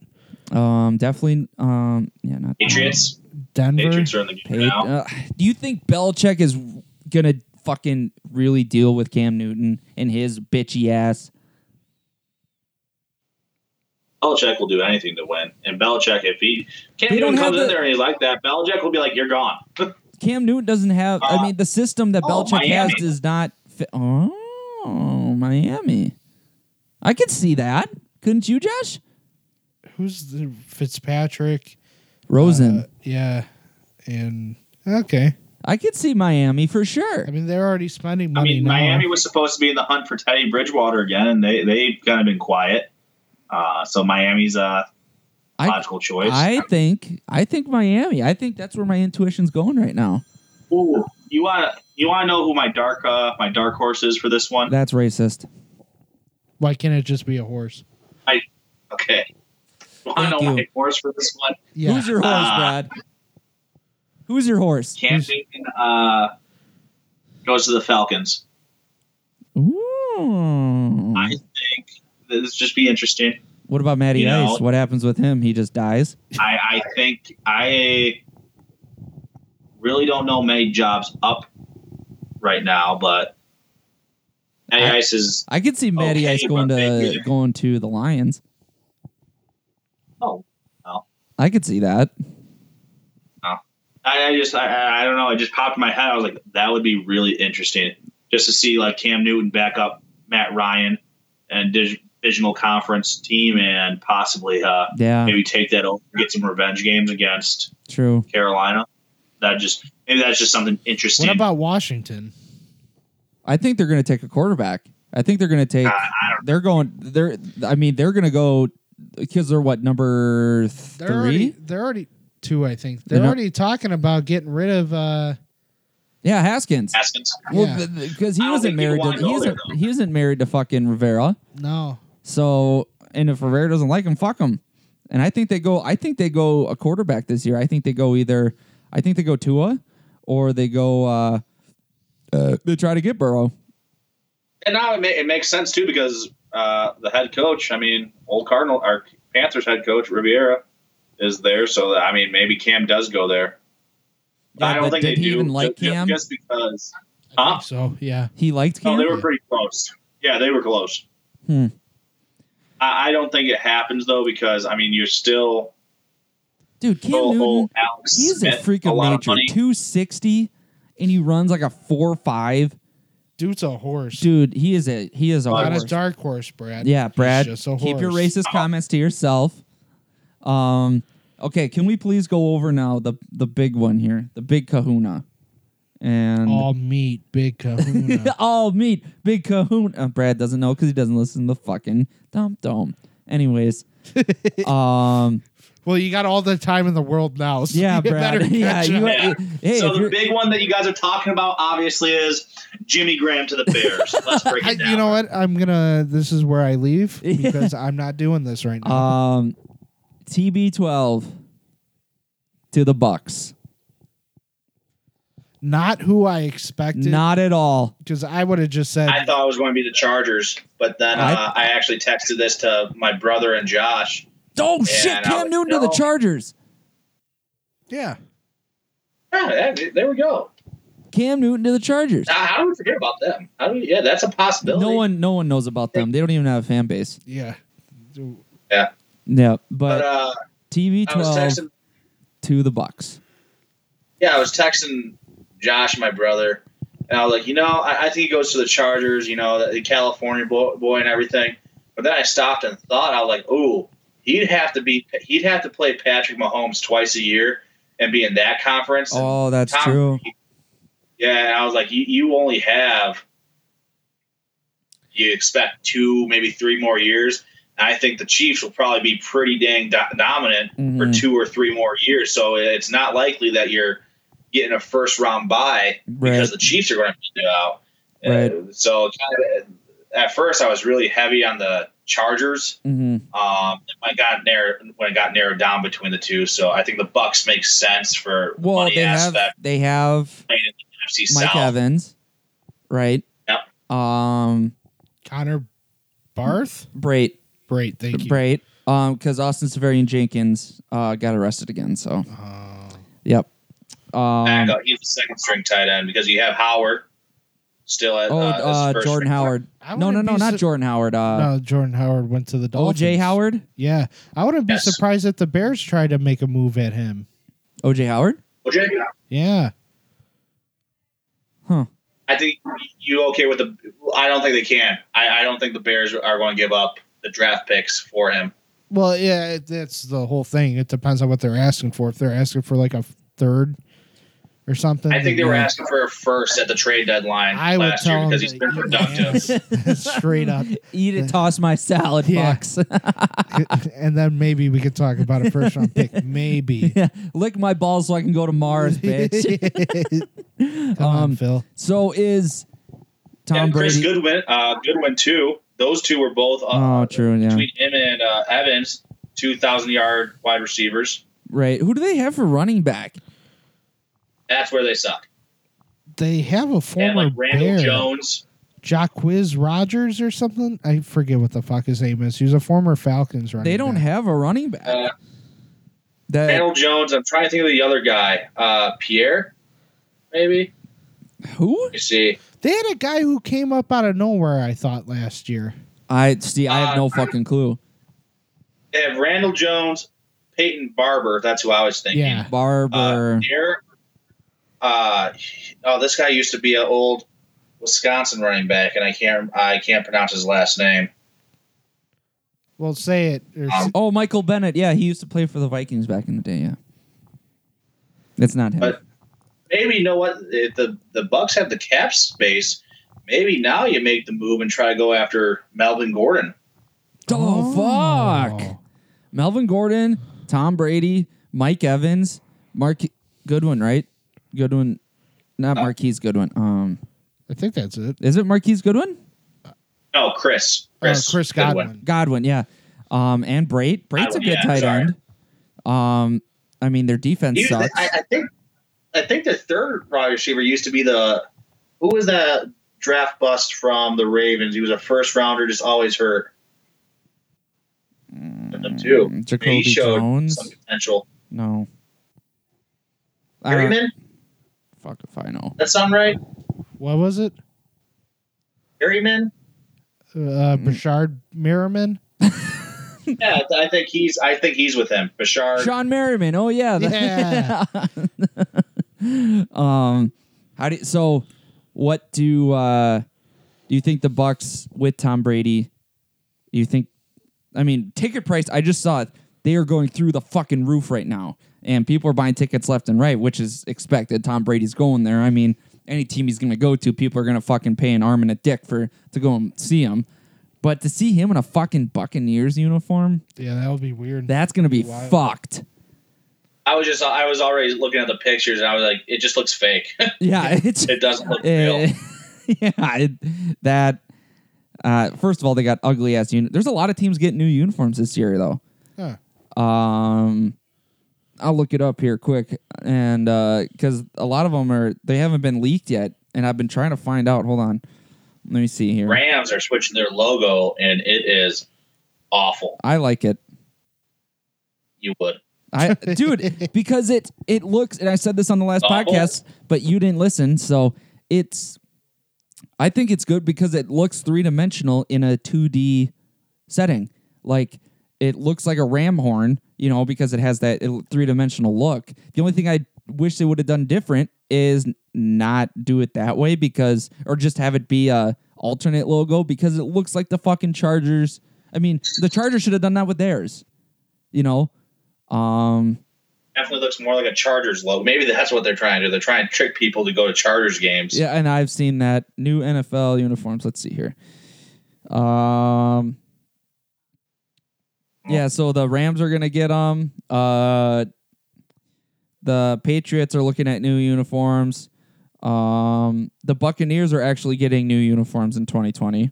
[SPEAKER 4] Um, definitely. Um, yeah, not
[SPEAKER 3] Patriots.
[SPEAKER 2] Denver.
[SPEAKER 3] Patriots are in the game
[SPEAKER 4] Pat-
[SPEAKER 3] now.
[SPEAKER 4] uh, do you think Belichick is gonna fucking really deal with Cam Newton and his bitchy ass?
[SPEAKER 3] Belichick will do anything to win, and Belichick, if he Cam
[SPEAKER 4] They don't
[SPEAKER 3] Newton
[SPEAKER 4] have
[SPEAKER 3] comes in
[SPEAKER 4] the-
[SPEAKER 3] there and he's like that, Belichick will be like, "You're gone."
[SPEAKER 4] Cam Newton doesn't have. I
[SPEAKER 3] Uh,
[SPEAKER 4] mean, the system that
[SPEAKER 3] oh,
[SPEAKER 4] Belichick has
[SPEAKER 3] Miami.
[SPEAKER 4] does not fit. Oh, Miami. I could see that. Couldn't you, Josh?
[SPEAKER 2] Who's the Fitzpatrick?
[SPEAKER 4] Rosen.
[SPEAKER 2] Uh, yeah, and okay.
[SPEAKER 4] I could see Miami for sure.
[SPEAKER 2] I mean, they're already spending
[SPEAKER 3] I
[SPEAKER 2] money.
[SPEAKER 3] mean,
[SPEAKER 4] uh,
[SPEAKER 2] now.
[SPEAKER 3] Miami was supposed to be in the hunt for Teddy Bridgewater again, and they they've kind of been quiet. Uh, so Miami's a
[SPEAKER 4] I,
[SPEAKER 3] logical choice.
[SPEAKER 4] I think. I think Miami. I think that's where my intuition's going right now.
[SPEAKER 3] Ooh, you want to you want to know who my dark uh, my dark horse is for this one?
[SPEAKER 4] That's racist.
[SPEAKER 2] Why can't it just be a horse?
[SPEAKER 3] Okay, want to
[SPEAKER 4] Thank
[SPEAKER 3] know
[SPEAKER 4] you.
[SPEAKER 3] my horse for this one?
[SPEAKER 2] Yeah,
[SPEAKER 4] Who's your horse,
[SPEAKER 3] Ah.
[SPEAKER 4] Brad? Who's your horse?
[SPEAKER 3] Cam
[SPEAKER 2] Who's-
[SPEAKER 3] Newton uh, goes to the Falcons.
[SPEAKER 4] Ooh.
[SPEAKER 3] I think this just be interesting.
[SPEAKER 4] What about Matty
[SPEAKER 3] You know-
[SPEAKER 4] Ice? What happens with him? He just dies.
[SPEAKER 3] I, I think I really don't know many jobs up right now, but Matty
[SPEAKER 4] I-
[SPEAKER 3] Ice is
[SPEAKER 4] I could see Matty
[SPEAKER 3] Okay,
[SPEAKER 4] Ice going
[SPEAKER 3] but
[SPEAKER 4] to
[SPEAKER 3] maybe-
[SPEAKER 4] going to the Lions.
[SPEAKER 3] oh no.
[SPEAKER 4] I could see that.
[SPEAKER 3] I, I just I- I, I don't know. It just popped in my head. I was like, that would be really interesting just to see like Cam Newton back up Matt Ryan and dig- divisional conference team and possibly uh,
[SPEAKER 4] Yeah,
[SPEAKER 3] maybe take that over, get some revenge games against
[SPEAKER 4] true.
[SPEAKER 3] Carolina. That just maybe that's just something interesting.
[SPEAKER 2] what about Washington?
[SPEAKER 4] I think they're going to take a quarterback. I think they're going to take.
[SPEAKER 3] Uh, I don't.
[SPEAKER 4] They're going. They're. I mean, they're going to go because they're what number
[SPEAKER 2] They're
[SPEAKER 4] 3
[SPEAKER 2] already they're already two, I think.
[SPEAKER 4] They're
[SPEAKER 2] They're,
[SPEAKER 4] not-
[SPEAKER 2] already talking about getting rid of uh
[SPEAKER 4] yeah, Haskins.
[SPEAKER 3] Haskins.
[SPEAKER 2] Yeah.
[SPEAKER 4] Well, because
[SPEAKER 3] I
[SPEAKER 4] he
[SPEAKER 3] don't
[SPEAKER 4] wasn't
[SPEAKER 3] think you
[SPEAKER 4] married to
[SPEAKER 3] wanna go
[SPEAKER 4] he isn't,
[SPEAKER 3] there, though.
[SPEAKER 4] he isn't married to fucking Rivera.
[SPEAKER 2] no.
[SPEAKER 4] So and if Rivera doesn't like him, fuck him. And I think they go. I think they go a quarterback this year. I think they go either. I think they go Tua, or they go. uh, uh They try to get Burrow.
[SPEAKER 3] And now it, ma- it makes sense too because uh, the head coach, I mean, old Cardinal, our Panthers head coach Riviera is there, so I mean, maybe Cam does go there.
[SPEAKER 4] Yeah,
[SPEAKER 3] I don't
[SPEAKER 4] but
[SPEAKER 3] think
[SPEAKER 4] did
[SPEAKER 3] they
[SPEAKER 4] he
[SPEAKER 3] do.
[SPEAKER 4] even like
[SPEAKER 3] ju- ju-
[SPEAKER 4] Cam?
[SPEAKER 3] Just, because?
[SPEAKER 2] I
[SPEAKER 3] Huh?
[SPEAKER 2] think so yeah.
[SPEAKER 4] He liked
[SPEAKER 3] No,
[SPEAKER 4] Cam.
[SPEAKER 3] Oh, they were pretty close. Yeah, they were close.
[SPEAKER 4] Hmm.
[SPEAKER 3] I, I don't think it happens though because I mean, you're still
[SPEAKER 4] Dude, Cam
[SPEAKER 3] old,
[SPEAKER 4] Newton.
[SPEAKER 3] old Alex.
[SPEAKER 4] He's a
[SPEAKER 3] Smith,
[SPEAKER 4] freak
[SPEAKER 3] a
[SPEAKER 4] of
[SPEAKER 3] lot
[SPEAKER 4] nature.
[SPEAKER 3] Of money.
[SPEAKER 4] Two sixty, and he runs like a four five.
[SPEAKER 2] Dude's a horse.
[SPEAKER 4] Dude, he is a he is a
[SPEAKER 2] Not
[SPEAKER 4] horse.
[SPEAKER 2] a dark horse, Brad.
[SPEAKER 4] Yeah, Brad.
[SPEAKER 2] He's just a
[SPEAKER 4] Keep your
[SPEAKER 2] horse.
[SPEAKER 3] Oh.
[SPEAKER 4] racist comments to yourself. Um, okay, can we please go over now the the big one here, the big Kahuna, and
[SPEAKER 2] All meat, big kahuna.
[SPEAKER 4] all meat, big Kahuna. Uh, Brad doesn't know because he doesn't listen to the fucking dumb dome. Anyways, um,
[SPEAKER 2] well, you got all the time in the world now. So
[SPEAKER 4] yeah,
[SPEAKER 2] you better
[SPEAKER 4] Brad.
[SPEAKER 2] catch
[SPEAKER 4] yeah,
[SPEAKER 2] up.
[SPEAKER 4] you,
[SPEAKER 3] Yeah.
[SPEAKER 4] Hey,
[SPEAKER 3] so
[SPEAKER 4] if
[SPEAKER 3] the
[SPEAKER 4] you're,
[SPEAKER 3] big one that you guys are talking about obviously is Jimmy Graham to the Bears. Let's break
[SPEAKER 2] I,
[SPEAKER 3] it down.
[SPEAKER 2] you know what? I'm gonna. This is where I leave because I'm not doing this right now.
[SPEAKER 4] um, TB12 to the Bucks.
[SPEAKER 2] not who I expected.
[SPEAKER 4] Not at all.
[SPEAKER 2] because I would have just said
[SPEAKER 3] I thought it was going to be the Chargers, but then uh,
[SPEAKER 4] I-
[SPEAKER 3] I, actually texted this to my brother and Josh.
[SPEAKER 4] Oh shit,
[SPEAKER 3] I
[SPEAKER 4] Cam
[SPEAKER 3] was-
[SPEAKER 4] Newton to the
[SPEAKER 3] no.
[SPEAKER 4] Chargers.
[SPEAKER 2] yeah.
[SPEAKER 3] Yeah, that- there we go.
[SPEAKER 4] Cam Newton to the Chargers.
[SPEAKER 3] Now, How do we forget about them? How do we, yeah, that's a possibility.
[SPEAKER 4] No one, no one knows about them. They don't even have a fan base.
[SPEAKER 2] Yeah.
[SPEAKER 4] Yeah,
[SPEAKER 3] But
[SPEAKER 4] but
[SPEAKER 3] uh,
[SPEAKER 4] TV
[SPEAKER 3] I was
[SPEAKER 4] twelve
[SPEAKER 3] texting.
[SPEAKER 4] to the Bucks.
[SPEAKER 3] Yeah, I was texting Josh, my brother, and I was like, you know, I, I think he goes to the Chargers. You know, the California boy, boy and everything. But then I stopped and thought, I was like, ooh, he'd have to be, he'd have to play Patrick Mahomes twice a year and be in that conference. and
[SPEAKER 4] Oh, that's
[SPEAKER 3] Tom
[SPEAKER 4] true.
[SPEAKER 3] Brady. Yeah, and I was like, you, you only have, you expect two, maybe three more years. And I think the Chiefs will probably be pretty dang do- dominant for
[SPEAKER 4] Mhm.
[SPEAKER 3] two or three more years. So it's not likely that you're getting a first round bye
[SPEAKER 4] Right.
[SPEAKER 3] because the Chiefs are going to beat you out. Uh,
[SPEAKER 4] Right.
[SPEAKER 3] so kind of, at first, I was really heavy on the Chargers.
[SPEAKER 4] hmm
[SPEAKER 3] Um, I got narrowed when it got narrowed down between the two, so I think the Bucks make sense for
[SPEAKER 4] Well,
[SPEAKER 3] money
[SPEAKER 4] they have
[SPEAKER 3] aspect
[SPEAKER 4] they have
[SPEAKER 3] playing in the NFC
[SPEAKER 4] Mike
[SPEAKER 3] South.
[SPEAKER 4] Evans, right? Yep. Um,
[SPEAKER 2] Connor Barth?
[SPEAKER 4] Brait,
[SPEAKER 2] Great, thank you.
[SPEAKER 4] Brait, um, because Austin Severian Jenkins uh got arrested again. So,
[SPEAKER 2] Uh,
[SPEAKER 4] yep. Um,
[SPEAKER 3] Backup. He's the second string tight end because you have Howard still at
[SPEAKER 4] oh,
[SPEAKER 3] uh, as
[SPEAKER 4] uh,
[SPEAKER 3] first
[SPEAKER 4] Jordan
[SPEAKER 3] string.
[SPEAKER 4] Howard.
[SPEAKER 2] I
[SPEAKER 4] No, no,
[SPEAKER 2] wouldn't
[SPEAKER 4] no,
[SPEAKER 2] be
[SPEAKER 4] not
[SPEAKER 2] su-
[SPEAKER 4] Jordan Howard. Uh,
[SPEAKER 2] no, Jordan Howard went to the Dolphins.
[SPEAKER 4] OJ Howard.
[SPEAKER 2] Yeah. I wouldn't be
[SPEAKER 3] Yes.
[SPEAKER 2] surprised if the Bears tried to make a move at him.
[SPEAKER 4] OJ Howard.
[SPEAKER 3] Well, Jake,
[SPEAKER 2] Yeah.
[SPEAKER 3] I think you okay with the? I don't think they can. I, I don't think the Bears are going to give up the draft picks for him.
[SPEAKER 2] Well, yeah, it, that's the whole thing. It depends on what they're asking for. If they're asking for like a third or something,
[SPEAKER 3] I think they
[SPEAKER 2] then
[SPEAKER 3] were
[SPEAKER 2] yeah.
[SPEAKER 3] asking for a first at the trade deadline
[SPEAKER 2] I would
[SPEAKER 3] last
[SPEAKER 2] tell
[SPEAKER 3] year
[SPEAKER 2] him
[SPEAKER 3] because he's been productive.
[SPEAKER 2] straight up,
[SPEAKER 4] Eat it, toss my salad
[SPEAKER 2] Yeah.
[SPEAKER 4] box.
[SPEAKER 2] and then maybe we could talk about a first round pick. Maybe.
[SPEAKER 4] Lick my balls so I can go to Mars, bitch. Um,
[SPEAKER 2] Come on, Phil.
[SPEAKER 4] so is Tom
[SPEAKER 3] and Chris
[SPEAKER 4] Brady?
[SPEAKER 3] Goodwin, uh, Goodwin too. Those two were both uh,
[SPEAKER 4] oh, true. Yeah.
[SPEAKER 3] between him and uh, Evans, two thousand yard wide receivers.
[SPEAKER 4] Right. Who do they have for running back?
[SPEAKER 3] That's where they suck.
[SPEAKER 2] They have a
[SPEAKER 3] And
[SPEAKER 2] former
[SPEAKER 3] like Randall
[SPEAKER 2] bear,
[SPEAKER 3] Jones,
[SPEAKER 2] Jacquiz Rogers or something. I forget what the fuck his name is. He was a former Falcons running.
[SPEAKER 4] They don't
[SPEAKER 2] back.
[SPEAKER 4] have a running back.
[SPEAKER 3] uh,
[SPEAKER 4] that
[SPEAKER 3] Randall Jones. I'm trying to think of the other guy, uh, Pierre, maybe.
[SPEAKER 4] who?
[SPEAKER 3] You see,
[SPEAKER 2] They had a guy who came up out of nowhere. I thought last year.
[SPEAKER 4] I see. I have no
[SPEAKER 3] Uh,
[SPEAKER 4] fucking clue.
[SPEAKER 3] they have Randall Jones, Peyton Barber. That's who I was thinking.
[SPEAKER 2] Yeah.
[SPEAKER 4] Barber.
[SPEAKER 3] Uh, Pierre. Uh, oh, this guy used to be an old Wisconsin running back, and I can't I can't pronounce his last name.
[SPEAKER 2] Well, say it. Or s-
[SPEAKER 3] Um,
[SPEAKER 4] oh, Michael Bennett. Yeah, he used to play for the Vikings back in the day. Yeah. That's not him.
[SPEAKER 3] But- Maybe you know what if the the Bucks have the cap space. Maybe now you make the move and try to go after Melvin Gordon.
[SPEAKER 4] oh, fuck!
[SPEAKER 2] Oh.
[SPEAKER 4] Melvin Gordon, Tom Brady, Mike Evans, Mark Goodwin. Right? Goodwin.
[SPEAKER 3] Uh,
[SPEAKER 4] Not Marquise Goodwin. Um,
[SPEAKER 2] I think that's it.
[SPEAKER 4] is it Marquise Goodwin?
[SPEAKER 3] No, Chris. Chris,
[SPEAKER 2] oh, Chris
[SPEAKER 3] Goodwin.
[SPEAKER 2] Godwin.
[SPEAKER 4] Godwin, yeah. Um, and Brait. Brait's a
[SPEAKER 3] Godwin,
[SPEAKER 4] good
[SPEAKER 3] Oh, yeah,
[SPEAKER 4] tight
[SPEAKER 3] sorry.
[SPEAKER 4] end. Um, I mean their defense
[SPEAKER 3] He was
[SPEAKER 4] sucks.
[SPEAKER 3] the- I, I think I think the third wide receiver used to be the who was that draft bust from the Ravens? He was a first rounder, just always hurt. Them too.
[SPEAKER 4] Mm,
[SPEAKER 3] I mean,
[SPEAKER 4] Jacoby
[SPEAKER 3] he showed
[SPEAKER 4] Jones. Uh,
[SPEAKER 3] some potential.
[SPEAKER 4] No. I don't-
[SPEAKER 3] Perryman,
[SPEAKER 4] Ah, fuck if I know.
[SPEAKER 3] that sound right?
[SPEAKER 2] What was it?
[SPEAKER 3] Perryman?
[SPEAKER 4] Mm.
[SPEAKER 2] Uh, Bashard Merriman.
[SPEAKER 3] Yeah, I think he's. I think he's with him. Bashard.
[SPEAKER 4] Sean Merriman. Oh yeah. um, how do you, so? What do uh, do you think the Bucks with Tom Brady? You think? I mean, ticket price. I just saw it. They are going through the fucking roof right now, and people are buying tickets left and right, which is expected. Tom Brady's going there. I mean, any team he's going to go to, people are going to fucking pay an arm and a dick for to go and see him. But to see him in a fucking Buccaneers uniform,
[SPEAKER 2] Yeah, that would be weird.
[SPEAKER 4] that's going to be
[SPEAKER 2] Wild.
[SPEAKER 4] fucked.
[SPEAKER 3] I was just. I was already looking at the pictures, and I was like, it just looks fake.
[SPEAKER 4] Yeah, it's
[SPEAKER 3] it doesn't look
[SPEAKER 4] Eh,
[SPEAKER 3] real.
[SPEAKER 4] yeah, it- that. Uh, first of all, they got ugly ass unit. There's a lot of teams getting new uniforms this year, though.
[SPEAKER 2] Huh.
[SPEAKER 4] Um, I'll look it up here quick, and because a lot of them are they haven't been leaked yet, and I've been trying to find out. Hold on, let me see here.
[SPEAKER 3] Rams are switching their logo, and it is awful.
[SPEAKER 4] I like it.
[SPEAKER 3] You would.
[SPEAKER 4] I dude, because it it looks and I said this on the last
[SPEAKER 3] Oh.
[SPEAKER 4] podcast, but you didn't listen, so it's I think it's good because it looks three dimensional in a two D setting. Like it looks like a ram horn, you know, because it has that three dimensional look. The only thing I wish they would have done different is not do it that way because or just have it be a alternate logo because it looks like the fucking Chargers. I mean, the Chargers should have done that with theirs. You know, um,
[SPEAKER 3] Definitely looks more like a Chargers logo. Maybe that's what they're trying to do. They're trying to trick people to go to Chargers games.
[SPEAKER 4] yeah, and I've seen that new NFL uniforms. Let's see here. Um, yeah, so the Rams are gonna get them. Uh, the Patriots are looking at new uniforms. Um, the Buccaneers are actually getting new uniforms in 2020.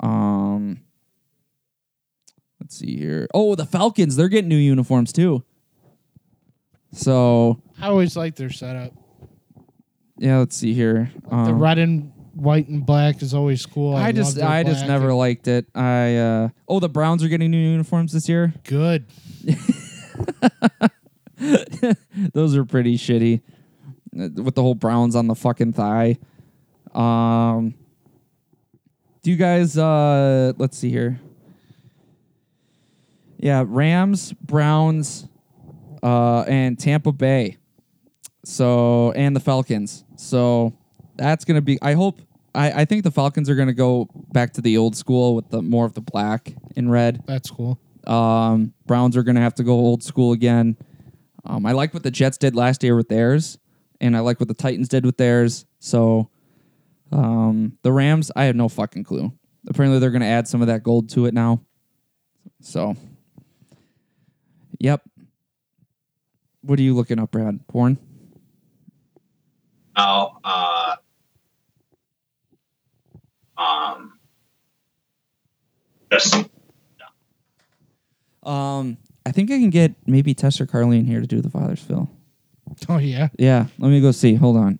[SPEAKER 4] Um, Let's see here. Oh, the Falcons, they're getting new uniforms too. So,
[SPEAKER 2] I always like their setup.
[SPEAKER 4] yeah, let's see here.
[SPEAKER 2] the
[SPEAKER 4] Um,
[SPEAKER 2] red and white and black is always cool. I,
[SPEAKER 4] I
[SPEAKER 2] love
[SPEAKER 4] just
[SPEAKER 2] their
[SPEAKER 4] I just
[SPEAKER 2] black.
[SPEAKER 4] never liked it. I uh oh the Browns are getting new uniforms this year.
[SPEAKER 2] good.
[SPEAKER 4] Those are pretty shitty. Uh, With the whole Browns on the fucking thigh. Um Do you guys uh let's see here. Yeah, Rams, Browns, uh and Tampa Bay. So and the Falcons. So that's gonna be. I hope. I, I think the Falcons are gonna go back to the old school with the more of the black and red.
[SPEAKER 2] That's cool.
[SPEAKER 4] Um, Browns are gonna have to go old school again. Um, I like what the Jets did last year with theirs, and I like what the Titans did with theirs. So um, the Rams, I have no fucking clue. Apparently, they're gonna add some of that gold to it now. So, yep. What are you looking up, Brad? Porn?
[SPEAKER 3] Now, uh, um, just
[SPEAKER 4] Um, I think I can get maybe Tess or Carlene here to do the father's fill.
[SPEAKER 2] Oh yeah.
[SPEAKER 4] Yeah, let me go see. Hold on.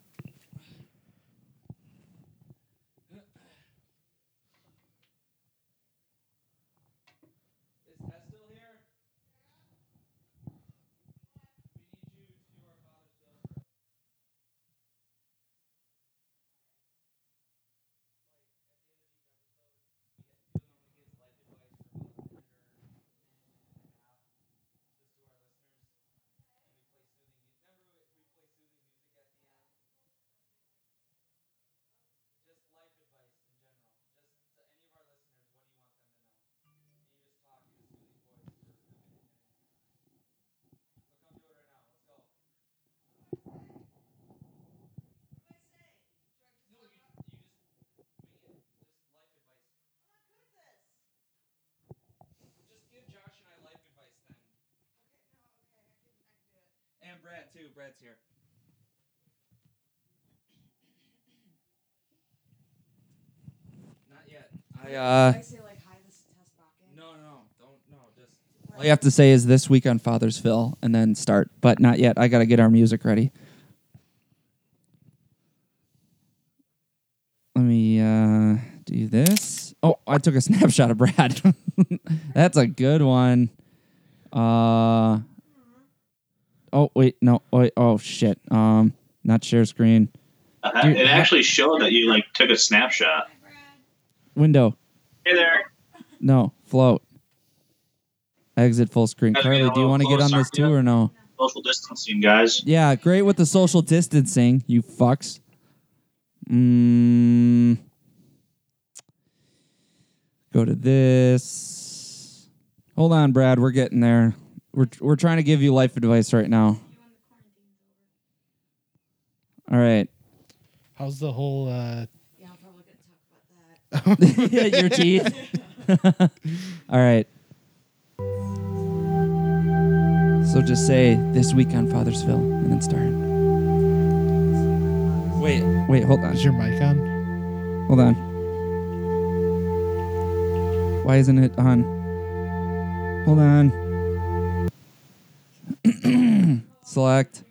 [SPEAKER 4] And Brad too. Brad's here. Not yet. I uh.
[SPEAKER 7] I say like hi, this is Tess Bachan.
[SPEAKER 4] No, no, don't. No, just. All you have to say is this week on Father's Phil, and then start. But not yet. I gotta get our music ready. Let me uh, do this. Oh, I took a snapshot of Brad. That's a good one. Uh. Oh wait, no. Wait, oh shit. Um, not share screen.
[SPEAKER 3] uh,
[SPEAKER 4] Dude,
[SPEAKER 3] it
[SPEAKER 4] I-
[SPEAKER 3] actually showed that you like took a snapshot.
[SPEAKER 4] Window.
[SPEAKER 3] Hey there.
[SPEAKER 4] No. Float. Exit full screen.
[SPEAKER 3] Gotta be a
[SPEAKER 4] Carly, do you
[SPEAKER 3] little
[SPEAKER 4] want to get on
[SPEAKER 3] closer,
[SPEAKER 4] this too
[SPEAKER 3] yeah.
[SPEAKER 4] or no?
[SPEAKER 3] Social distancing, guys.
[SPEAKER 4] Yeah, great with the social distancing, you fucks. Mm. Go to this. Hold on, Brad. We're getting there. We're we're trying to give you life advice right now. All right.
[SPEAKER 2] How's the whole? uh
[SPEAKER 7] Yeah, I'm probably gonna talk about that.
[SPEAKER 4] Your teeth. All right. So just say this week on Fathersville and then start. Wait, wait, hold on.
[SPEAKER 2] Is your mic on?
[SPEAKER 4] Hold on. Why isn't it on? Hold on. Select.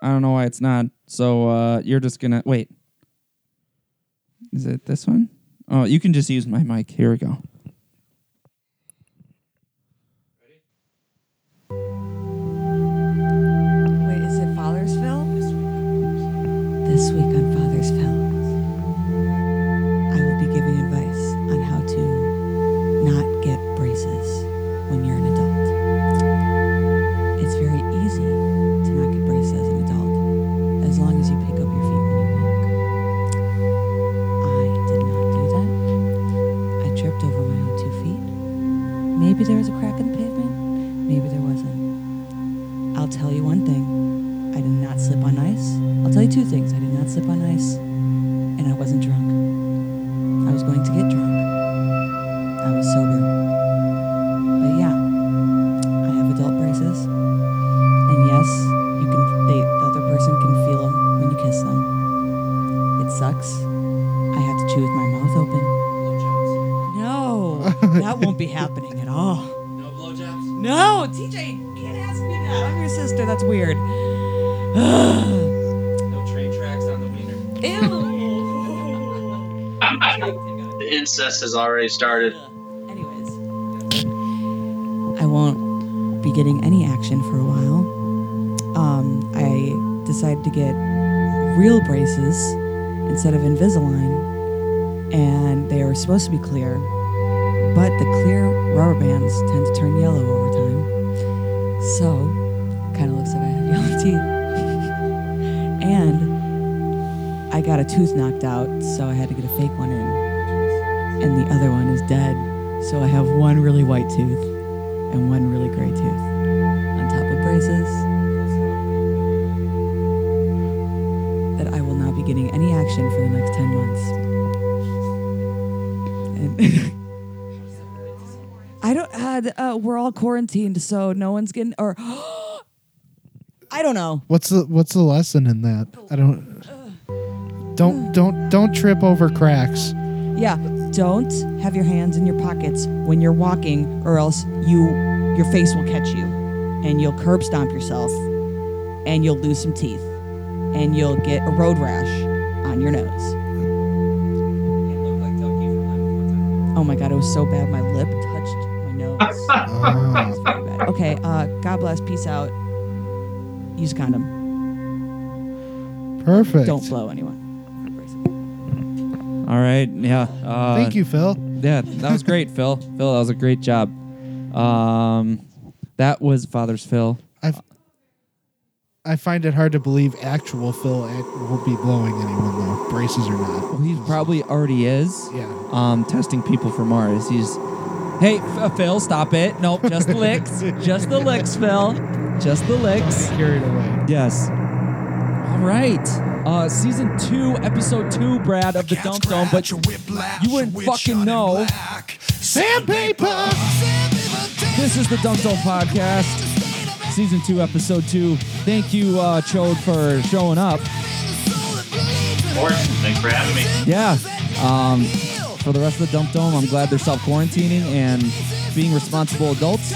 [SPEAKER 4] I don't know why it's not. So uh, you're just gonna wait. Is it this one? Oh, you can just use my mic. Here we go.
[SPEAKER 7] Wait, is it Fathersville? This week on Fathersville, I will be giving advice on how to not get braces when you're an adult. It's very easy to not get braces as an adult as long as you pick up your feet when you walk. I did not do that. I tripped over my own two feet. Maybe there was a crack in the pavement, maybe there wasn't. I'll tell you one thing. I did not slip on ice. I'll tell you two things. I did not slip on ice, and I wasn't drunk. I was going to get drunk. I was sober. But yeah, I have adult braces. And yes, you can. They, the other person can feel them when you kiss them. It sucks. I have to chew with my mouth open. That won't be happening at all. No blowjobs? No, TJ, you can't ask me that. I'm your sister. That's weird.
[SPEAKER 4] No train tracks on the wiener.
[SPEAKER 7] Ew.
[SPEAKER 3] The incest has already started.
[SPEAKER 7] Anyways, I won't be getting any action for a while. Um, I decided to get real braces instead of Invisalign, and they are supposed to be clear, but the clear rubber bands tend to turn yellow over time. So, kind of looks like I have yellow teeth. and I got a tooth knocked out, so I had to get a fake one in and the other one is dead. So I have one really white tooth and one really gray tooth on top of braces that I will not be getting any action for the next 10 months. And I don't, uh, th- uh, we're all quarantined, so no one's getting, or I don't know.
[SPEAKER 2] What's the What's the lesson in that? I don't. Don't don't don't trip over cracks.
[SPEAKER 7] Yeah, don't have your hands in your pockets when you're walking, or else you your face will catch you, and you'll curb stomp yourself, and you'll lose some teeth, and you'll get a road rash on your nose. Oh my god, it was so bad. My lip touched my nose. It was
[SPEAKER 2] Oh,
[SPEAKER 7] very bad. Okay, uh, God bless. Peace out. Use a condom.
[SPEAKER 2] perfect.
[SPEAKER 7] Don't blow anyone.
[SPEAKER 4] All right. Yeah. Uh,
[SPEAKER 2] Thank you, Phil.
[SPEAKER 4] Yeah, that was great, Phil. Phil, that was a great job. Um, that was Father's Phil.
[SPEAKER 2] I've I find it hard to believe actual Phil act- will be blowing anyone though, braces or not.
[SPEAKER 4] Oh, He probably already is.
[SPEAKER 2] Yeah.
[SPEAKER 4] Um, testing people for Mars. He's, hey, F- uh, Phil, stop it. Nope, just the licks. just the licks, Phil. Just the licks.
[SPEAKER 2] Carried away.
[SPEAKER 4] Yes. All right. Uh, season two, episode two, Brad of the Dump Dome. But you wouldn't fucking know.
[SPEAKER 2] Sandpaper.
[SPEAKER 4] This is the Dump Dome podcast. season two, episode two. Thank you, uh, Chode, for showing up.
[SPEAKER 3] Of course. Thanks for having me.
[SPEAKER 4] Yeah. Um, for the rest of the Dump Dome, I'm glad they're self quarantining and being responsible adults.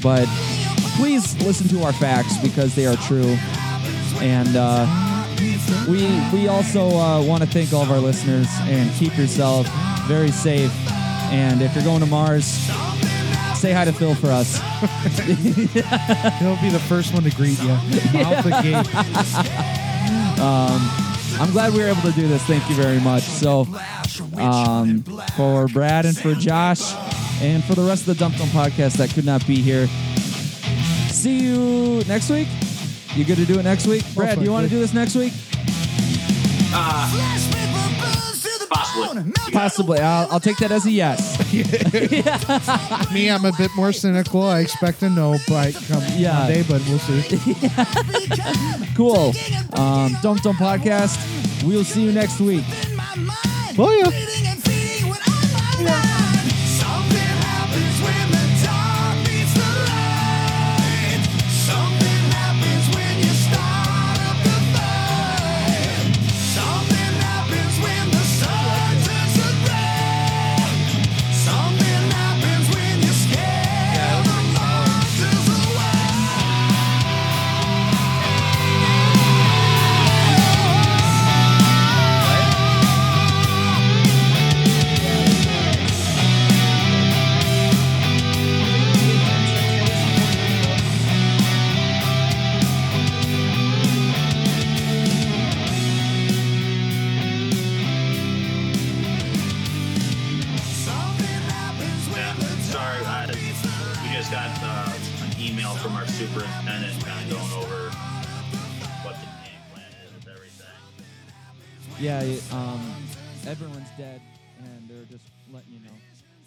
[SPEAKER 4] But please listen to our facts because they are true. And uh, we we also uh, want to thank all of our listeners and keep yourself very safe. And if you're going to Mars, say hi to Phil for us.
[SPEAKER 2] He'll be the first one to greet you. Out the gate.
[SPEAKER 4] I'm glad we were able to do this. Thank you very much. So, um, for Brad and for Josh and for the rest of the Dump Dump podcast that could not be here, see you next week. You good to do it next week? Brad, do you want to do this next week?
[SPEAKER 3] Possibly.
[SPEAKER 4] Possibly. I'll, I'll take that as a yes.
[SPEAKER 2] Me, I'm a bit more cynical. I expect a no by come
[SPEAKER 4] Yeah.
[SPEAKER 2] Monday, but we'll see.
[SPEAKER 4] Cool. Um, Dump Dump podcast. We'll see you next week.
[SPEAKER 2] Oh yeah.
[SPEAKER 3] Yeah, sorry, I, we just got uh, an email from our superintendent kind of going over what the game plan is with everything.
[SPEAKER 4] Yeah, um, everyone's dead, and they're just letting you know.